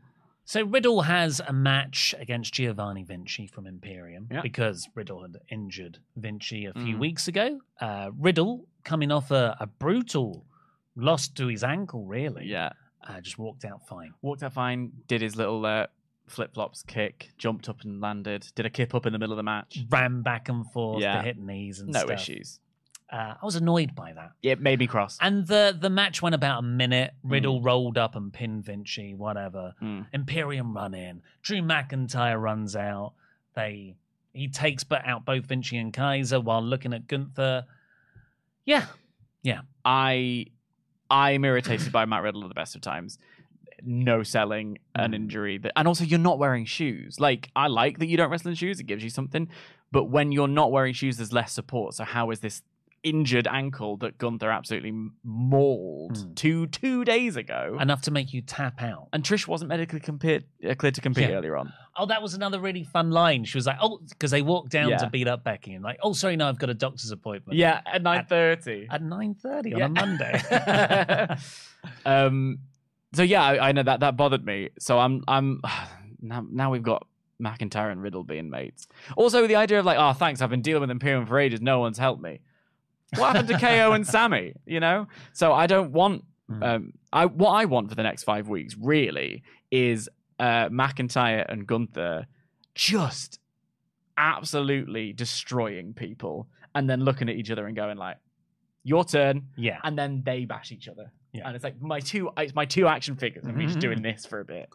S1: So Riddle has a match against Giovanni Vinci from Imperium
S2: Yeah.
S1: because Riddle had injured Vinci a few
S2: Mm.
S1: weeks ago. Uh, Riddle coming off a, a brutal loss to his ankle, really.
S2: yeah,
S1: Uh, just walked out fine.
S2: walked out fine. Did his little uh, flip flops kick, jumped up and landed. Did a kip up in the middle of the match.
S1: Ran back and forth
S2: Yeah.
S1: to hit knees and
S2: No
S1: Mm. stuff.
S2: issues.
S1: Uh, I was annoyed by that.
S2: It made me cross.
S1: And the the match went about a minute. Riddle rolled up and pinned Vinci, whatever.
S2: Mm.
S1: Imperium run in. Drew McIntyre runs out. They he takes but out both Vinci and Kaiser while looking at Gunther. Yeah. Yeah.
S2: I I'm irritated by Matt Riddle at the best of times. No selling an injury, that, and also you're not wearing shoes. Like I like that you don't wrestle in shoes; it gives you something. But when you're not wearing shoes, there's less support. So how is this injured ankle that Gunther absolutely mauled two two days ago? Hmm. And,
S1: Enough to make you tap out.
S2: Trish wasn't medically compared, uh, cleared to compete
S1: Yeah.
S2: earlier on.
S1: Oh, that was another really fun line. She was like, "Oh, because they walked down
S2: Yeah.
S1: to beat up Becky and like, oh, sorry, no, I've got a doctor's appointment."
S2: Yeah, at nine thirty.
S1: At nine thirty on
S2: Yeah.
S1: a Monday.
S2: <laughs>
S1: <laughs>
S2: um so yeah I, I know that that bothered me so i'm i'm <sighs> now, now we've got mcintyre and riddle being mates also the idea of like oh thanks i've been dealing with imperium for ages no one's helped me what happened to ko and sammy you know so i don't want um i what i want for the next five weeks really is uh mcintyre and gunther just absolutely destroying people and then looking at each other and going like your turn
S1: yeah.
S2: and then they bash each other.
S1: Yeah.
S2: And it's like my two, it's my two action figures, and we're just doing this for a bit.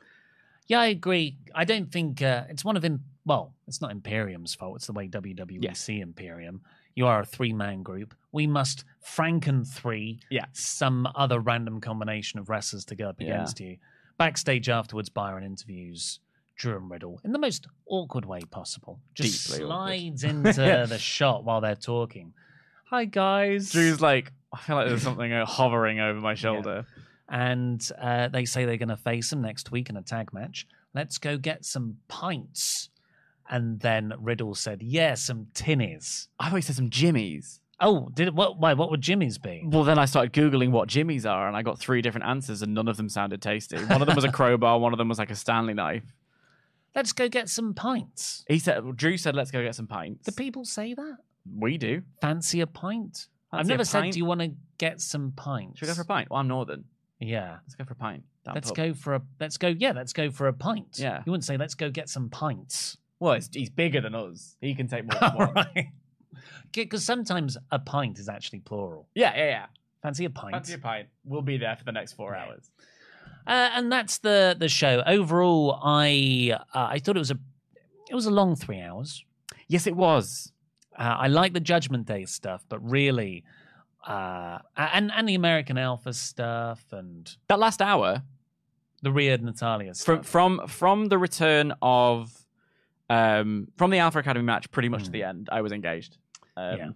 S1: Yeah, I agree. I don't think uh, it's one of him. Well, it's not Imperium's fault. It's the way WWE
S2: Yeah.
S1: see Imperium. You are a three man group. We must Franken three
S2: Yeah.
S1: some other random combination of wrestlers to go up
S2: Yeah.
S1: against you. Backstage afterwards, Byron interviews Drew and Riddle in the most awkward way possible. Just
S2: Deeply awkward. <laughs>
S1: slides into the shot while they're talking. Hi guys.
S2: Drew's like, I feel like there's something uh, hovering over my shoulder.
S1: and uh, they say they're going to face him next week in a tag match. Let's go get some pints. And then Riddle said, "Yeah, some tinnies."
S2: I thought he said some jimmies.
S1: Oh, did what? Why? What would Jimmy's be?
S2: Well, then I started googling what jimmies are, and I got three different answers, and none of them sounded tasty. One of them was <laughs> a crowbar, one of them was like a Stanley knife.
S1: Let's go get some pints.
S2: He said, well, Drew said, let's go get some pints.
S1: Do people say that?
S2: we do.
S1: Fancy a pint? I've
S2: Fancy a
S1: never said.
S2: pint?
S1: Do you want to get some pints?
S2: Should we go for a pint? Well, I'm northern.
S1: Yeah.
S2: Let's go for a pint. Down
S1: Let's
S2: pub.
S1: go for a. Let's go. Yeah, let's go for a pint.
S2: Yeah.
S1: You wouldn't say let's go get some pints.
S2: Well, it's, he's bigger than us. He can take more <laughs> than
S1: <laughs> All
S2: one.
S1: right. Because sometimes a pint is actually plural.
S2: Yeah, yeah, yeah.
S1: Fancy a pint.
S2: Fancy a pint. We'll be there for the next four
S1: Yeah.
S2: hours.
S1: Uh, and that's the the show. Overall, I uh, I thought it was a it was a long three hours.
S2: Yes, it was.
S1: Uh, I like the Judgment Day stuff, but really, uh, and and the American Alpha stuff and
S2: That last hour
S1: the Rhea and Natalia stuff.
S2: from from from the return of um from the Alpha Academy match, pretty much to the end, I was engaged. Um,
S1: Hmm. yeah,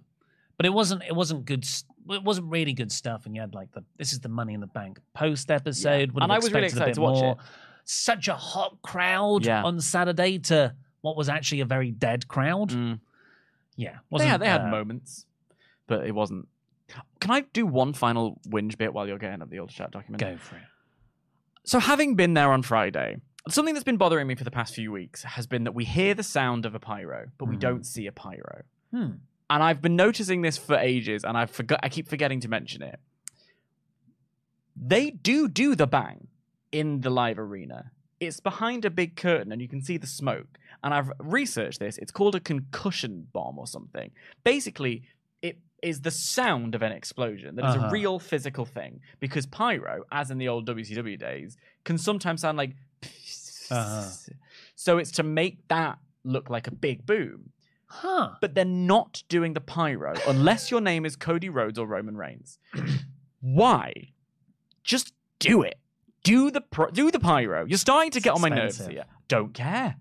S1: but it wasn't it wasn't good. s- It wasn't really good stuff. And you had like the this is the Money in the Bank post episode. would have
S2: And I was really
S1: expected a
S2: excited
S1: bit
S2: to watch
S1: more.
S2: it.
S1: Such a hot crowd
S2: Yeah.
S1: on Saturday to what was actually a very dead crowd.
S2: Mm.
S1: Yeah,
S2: They
S1: wasn't,
S2: had, they had
S1: uh,
S2: moments, but it wasn't. Can I do one final whinge bit while you're getting up the old chat document?
S1: Go for it.
S2: So, having been there on Friday, something that's been bothering me for the past few weeks has been that we hear the sound of a pyro, but we don't see a pyro.
S1: Hmm.
S2: and I've been noticing this for ages, and I forgot I keep forgetting to mention it. They do do the bang in the live arena. It's behind a big curtain, and you can see the smoke. And I've researched this. It's called a concussion bomb or something. Basically, it is the sound of an explosion that is
S1: Uh-huh.
S2: a real physical thing because pyro, as in the old WCW days, can sometimes sound like.
S1: Uh-huh.
S2: <laughs> So it's to make that look like a big boom
S1: Huh.
S2: but they're not doing the pyro unless your name is Cody Rhodes or Roman
S1: <clears throat>
S2: Reigns. Why? Just do it. Do the pro- do the pyro. You're starting to
S1: It's
S2: get on my nerves
S1: expensive.
S2: here. Don't care.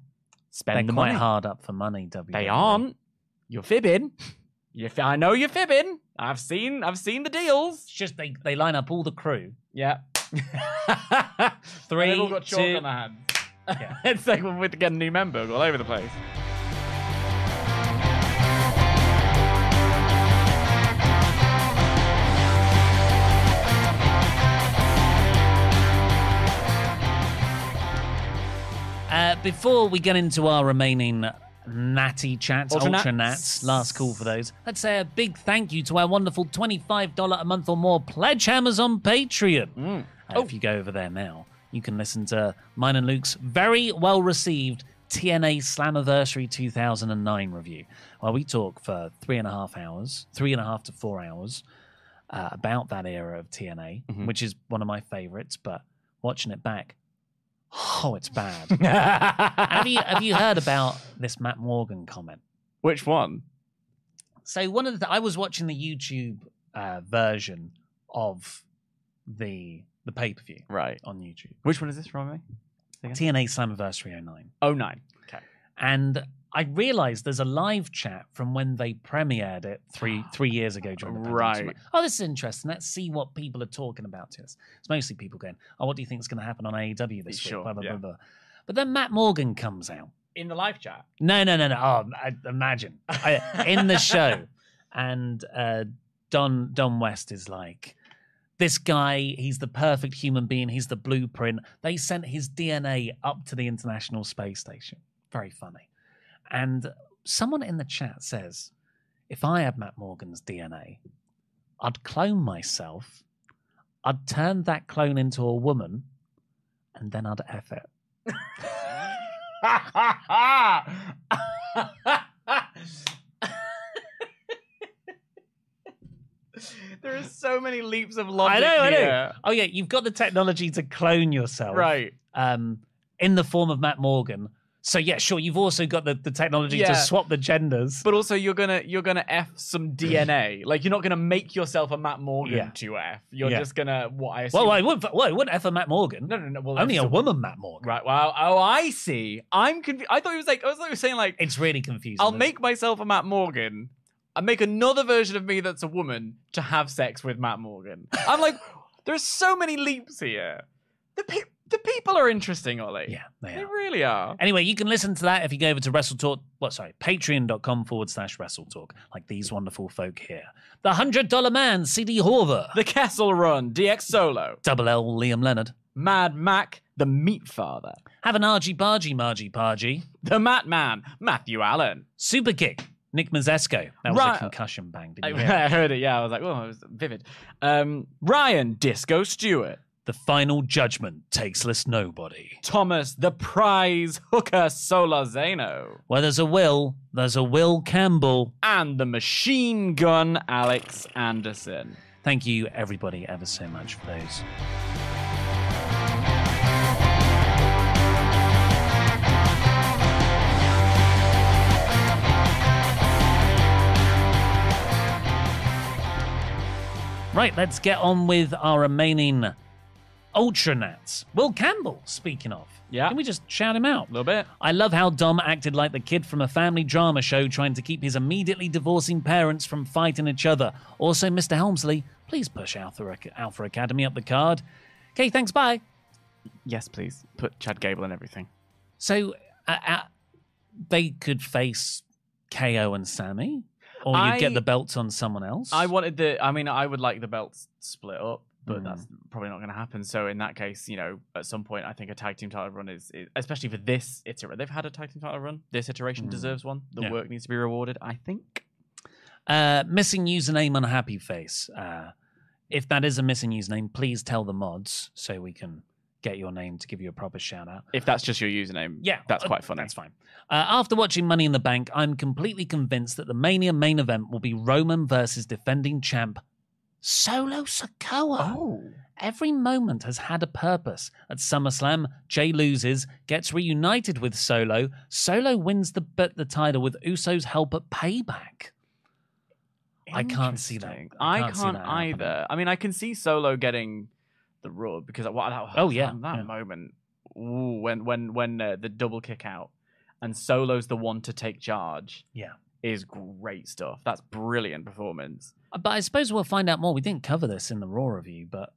S2: Spend
S1: They're
S2: the
S1: quite
S2: money.
S1: hard up for money, E. WWE.
S2: They aren't. You're fibbing. You f- I know you're fibbing. I've seen I've seen the deals.
S1: It's just they, they line up all the crew.
S2: <laughs> Yeah.
S1: Three,
S2: They've all got chalk
S1: two-
S2: on their hands.
S1: Yeah.
S2: <laughs> it's like we're to get a new member all over the place.
S1: Uh, before we get into our remaining natty chats, ultra,
S2: Ultra
S1: nats,
S2: Nats.
S1: last call for those, let's say a big thank you to our wonderful $25 a month or more pledge hammers on Patreon.
S2: <laughs>
S1: Uh, If you go over there now, you can listen to mine and Luke's very well received TNA Slammiversary 2009 review, where we talk for three and a half hours, three and a half to four hours uh, about that era of TNA, which is one of my favorites, but watching it back, oh, it's bad.
S2: <laughs>
S1: have you have you heard about this Matt Morgan comment?
S2: Which one?
S1: So one of the I was watching the YouTube uh, version of the the pay per view
S2: Right.
S1: on YouTube.
S2: Which one is this from me?
S1: TNA Slammiversary 09.
S2: Oh nine. Okay.
S1: And I realized there's a live chat from when they premiered it
S2: <gasps>
S1: three three years ago during the pandemic. So I'm
S2: Right.
S1: like, Oh, this is interesting. Let's see what people are talking about to us. It's mostly people going, Oh, what do you think is going to happen on AEW this
S2: Sure,
S1: week? Blah, blah,
S2: yeah.
S1: blah, blah. But then Matt Morgan comes out.
S2: In the live chat.
S1: No, no, no, no. Oh, I, imagine I, in the show, and uh, Don Don West is like, this guy. He's the perfect human being. He's the blueprint. They sent his DNA up to the International Space Station. Very funny. And someone in the chat says, if I had Matt Morgan's DNA, I'd clone myself. I'd turn that clone into a woman, and then I'd f it.
S2: <laughs> there are so many leaps of logic.
S1: I know, I know.
S2: here.
S1: Oh yeah, you've got the technology to clone yourself,
S2: Right.
S1: Um, in the form of Matt Morgan. So yeah, sure. You've also got the, the technology
S2: Yeah.
S1: to swap the genders.
S2: But also you're gonna you're gonna F some
S1: <laughs>
S2: DNA. Like you're not gonna make yourself a Matt Morgan
S1: Yeah.
S2: to F. You're
S1: Yeah.
S2: just gonna what I assume.
S1: well, I would. Well, I would F a Matt Morgan.
S2: no, no, no. Well,
S1: Only
S2: if
S1: a
S2: it's
S1: woman, Matt Morgan.
S2: Right. Wow. Oh, I see. I'm confused. I thought he was like. I was thought he was saying like.
S1: It's really confusing.
S2: I'll
S1: isn't it?
S2: make myself a Matt Morgan. I make another version of me that's a woman to have sex with Matt Morgan.
S1: <laughs>
S2: I'm like, there's so many leaps here. The pe- the people are interesting, Ollie.
S1: Yeah, they
S2: they
S1: are.
S2: really are.
S1: Anyway, you can listen to that if you go over to WrestleTalk, what, sorry, patreon.com forward slash WrestleTalk, like these wonderful folk here. The $100 man, CD Horver,
S2: The Kessel Run, DX Solo,
S1: Double L Liam Leonard,
S2: Mad Mac, the Meat Father,
S1: have an argy bargy margy pargy,
S2: the Matt Man, Matthew Allen.
S1: Superkick, Nick Mazesco. That was a
S2: Right.
S1: concussion bang,
S2: I, <laughs>
S1: didn't you hear?
S2: I heard it. Yeah, I was like, oh, it was vivid. Um, Ryan Disco Stewart,
S1: The final judgment takes less nobody.
S2: Thomas the Prize Hooker Solazano.
S1: Where there's a will, there's a Will Campbell.
S2: and the machine gun Alex Anderson.
S1: Thank you, everybody, ever so much for those. Right, let's get on with our remaining Ultranats. Will Campbell, speaking of.
S2: Yeah.
S1: Can we just shout him out?
S2: A little bit.
S1: I love how Dom acted like the kid from a family drama show trying to keep his immediately divorcing parents from fighting each other. Also, Mr. Helmsley, please push Alpha, Alpha Academy up the card. Okay, thanks, bye.
S2: Yes, please. Put Chad Gable and everything.
S1: So, uh, uh, they could face KO and Sammy, or you
S2: I-
S1: would get the belts on someone else.
S2: I wanted the. I mean, I would like the belts split up, but
S1: Mm.
S2: that's probably not going to happen. So in that case, you know, at some point, I think a tag team title run is, is especially for this iteration. They've had a tag team title run. This iteration
S1: Mm.
S2: deserves one. The
S1: Yeah.
S2: work needs to be rewarded. I think.
S1: Uh, missing username, unhappy face. Uh, if that is a missing username, please tell the mods so we can get your name to give you a proper shout out.
S2: If that's just your username,
S1: Yeah,
S2: that's
S1: uh,
S2: quite funny.
S1: That's fine. Uh, after watching Money in the Bank, I'm completely convinced that the Mania main event will be Roman versus defending champ Solo Sokoa.
S2: Oh.
S1: Every moment has had a purpose. At SummerSlam, Jay loses, gets reunited with Solo. Solo wins the but the title with Uso's help at Payback. I can't see that.
S2: Interesting.
S1: I
S2: I
S1: can't
S2: can't,
S1: see that happening.
S2: either. I mean, I can see Solo getting the rub because what that,
S1: Oh, yeah,
S2: man, that
S1: yeah.
S2: moment ooh, when when when uh, the double kick out and Solo's the one to take charge
S1: Yeah.
S2: is great stuff. That's brilliant performance.
S1: Uh, But I suppose we'll find out more. We didn't cover this in the Raw review, but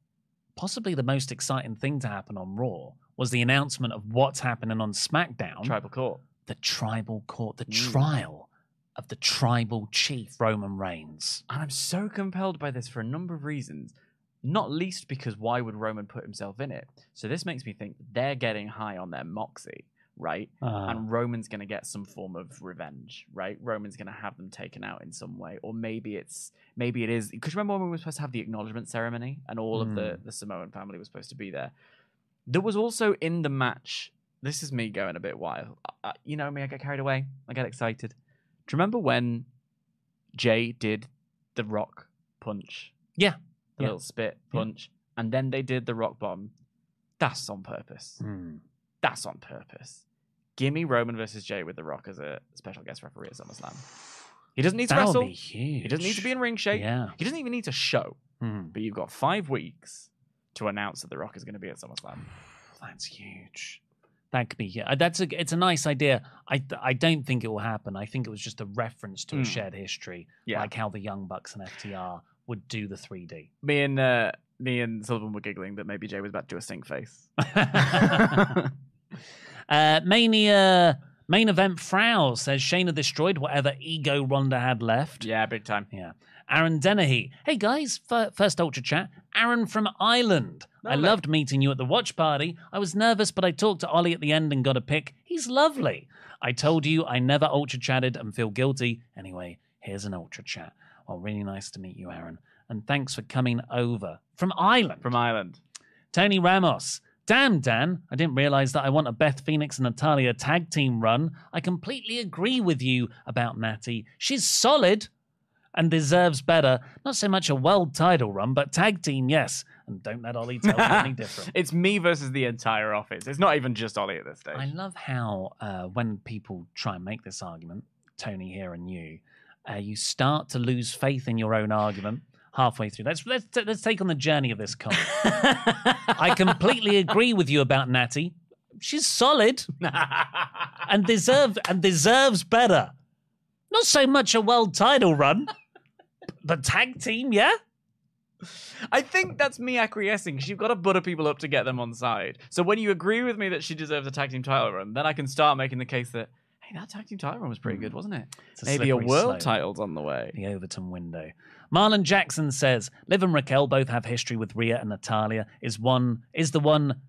S1: possibly the most exciting thing to happen on Raw was the announcement of what's happening on SmackDown
S2: Tribal Court.
S1: the tribal court, the
S2: Mm.
S1: trial of the tribal chief, Roman Reigns.
S2: And I'm so compelled by this for a number of reasons, not least because why would Roman put himself in it? So this makes me think they're getting high on their moxie, right?
S1: Uh,
S2: and Roman's going to get some form of revenge, right? Roman's going to have them taken out in some way, or maybe it's maybe it is because remember when we were supposed to have the acknowledgement ceremony and all of
S1: Hmm.
S2: the the Samoan family was supposed to be there. There was also in the match. This is me going a bit wild. I, I- you know me, I get carried away. I get excited. Do you remember when Jay did the rock punch,
S1: yeah.
S2: the
S1: Yeah.
S2: little spit
S1: Yeah.
S2: punch, and then they did the rock bomb? That's on purpose that's on purpose. Give me Roman versus Jay with The Rock as a special guest referee at SummerSlam. He doesn't need to
S1: That would
S2: wrestle.
S1: be huge.
S2: He doesn't need to be in ring shape.
S1: Yeah.
S2: He doesn't even need to show.
S1: Hmm.
S2: But you've got five weeks to announce that The Rock is going to be at SummerSlam.
S1: Oh, That's huge. That could be. Yeah, that's a. It's a nice idea. I. I don't think it will happen. I think it was just a reference to a
S2: Mm.
S1: shared history,
S2: Yeah.
S1: like how the Young Bucks and FTR would do the 3D.
S2: Me and uh, me and Sullivan were giggling that maybe Jay was about to do a sing face.
S1: <laughs> uh, Mania main event. Frow says Shayna destroyed whatever ego Ronda had left.
S2: yeah, big time.
S1: Yeah. Aaron Dennehy. Hey guys, fir- first Ultra Chat. Aaron from Ireland. I
S2: Lovely.
S1: loved meeting you at the watch party. I was nervous, but I talked to Ollie at the end and got a pick. He's lovely. I told you I never Ultra Chatted and feel guilty. Anyway, here's an Ultra Chat. Well, really nice to meet you, Aaron. And thanks for coming over from Ireland.
S2: From Ireland.
S1: Tony Ramos. Damn, Dan, I didn't realize that I want a Beth Phoenix and Natalia tag team run. I completely agree with you about Natty. She's solid and deserves better. Not so much a world title run, but tag team, yes. And don't let Ollie tell you
S2: <laughs>
S1: any different.
S2: it's me versus the entire office. It's not even just Ollie at this stage.
S1: I love how uh, when people try and make this argument, Tony here and you, uh, you start to lose faith in your own argument halfway through. Let's let's t- let's take on the journey of this con. I completely agree with you about Natty. She's solid and deserved and deserves better. Not so much a world title run, but tag team, yeah.
S2: I think that's me acquiescing because you've got to butter people up to get them on side. So when you agree with me that she deserves a tag team title run, then I can start making the case that hey, that tag team title run was pretty good, wasn't it?
S1: Mm. It's a
S2: Maybe a
S1: slippery
S2: world
S1: slope.
S2: title's on the way.
S1: the Overton window. Marlon Jackson says Liv and Raquel both have history with Rhea and Natalia. Is one is the one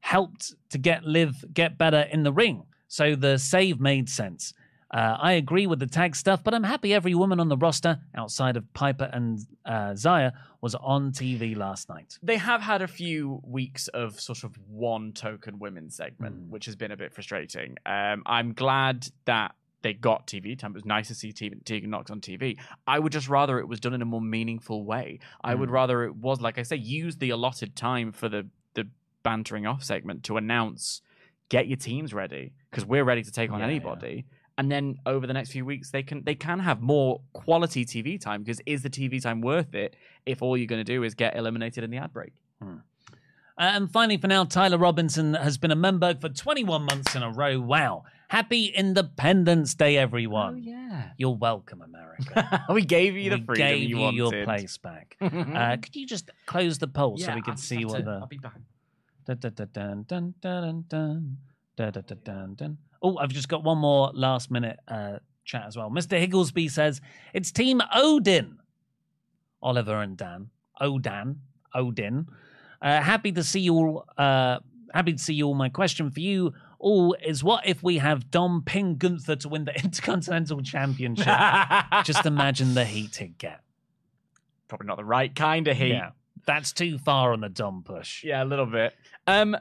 S1: helped to get Liv get better in the ring. So the save made sense. Uh, I agree with the tag stuff, but I'm happy every woman on the roster outside of Piper and uh, Zaya was on TV last night.
S2: They have had a few weeks of sort of one token women segment,
S1: Mm.
S2: which has been a bit frustrating. Um, I'm glad that they got TV time. It was nice to see Te- Tegan Knox on TV. I would just rather it was done in a more meaningful way. I
S1: Mm.
S2: would rather it was, like I say, use the allotted time for the the bantering off segment to announce, get your teams ready because we're ready to take on
S1: Yeah, yeah.
S2: anybody. And then over the next few weeks, they can they can have more quality TV time because is the TV time worth it if all you're going to do is get eliminated in the ad break?
S1: Uh, and finally, for now, Tyler Robinson has been a Memberg for 21 months in a row. Wow. Happy Independence Day, everyone.
S2: Oh, yeah,
S1: You're welcome, America.
S2: <laughs> we gave you the
S1: we
S2: freedom
S1: gave
S2: you
S1: you,
S2: wanted. Mm-hmm.
S1: your place back.
S2: <laughs>
S1: uh, could you just close the poll so we can see what
S2: I'll
S1: the.
S2: be back.
S1: Dun, dun, dun, dun, dun, dun, dun, dun, dun, dun, dun, dun. Oh, I've just got one more last minute uh, chat as well. Mr. Higglesby says it's Team Odin. Oliver and Dan. Odan. Odin. Uh, happy to see you all uh, Happy to see you all. My question for you all is what if we have Dom pin Gunther to win the <laughs> Intercontinental Championship?
S2: <laughs>
S1: Just imagine the heat he'd get.
S2: Probably not the right kind of heat.
S1: Yeah. That's too far on the Dom push.
S2: Yeah, a little bit. Um,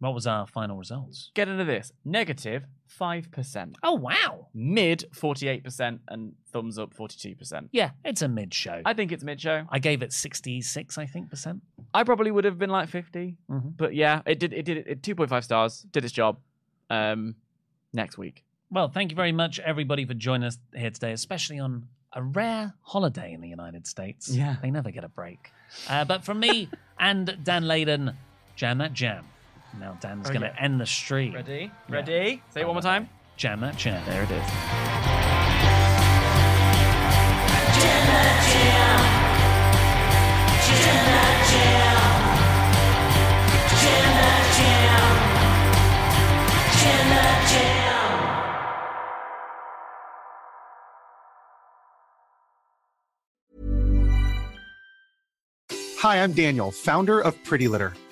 S1: What was our final results?
S2: get into this. Negative five percent.
S1: Oh, wow.
S2: Mid forty-eight percent and thumbs up forty-two percent.
S1: Yeah, it's a mid show.
S2: I think it's mid show.
S1: I gave it 66, I think, percent.
S2: I probably would have been like 50
S1: Mhm.
S2: but yeah, it did. It did. It two point five stars. Did its job. Um, next week.
S1: Well, thank you very much, everybody, for joining us here today, especially on a rare holiday in the United States.
S2: Yeah.
S1: They never get a break. Uh, but from
S2: <laughs>
S1: me and Dan Layden, jam that jam. Now Dan's
S2: Oh,
S1: going to
S2: yeah.
S1: end the stream.
S2: Ready?
S1: Yeah.
S2: Ready? Say it one more time.
S1: Jam that jam.
S2: There it is.
S3: Hi, I'm Daniel, founder of Pretty Litter.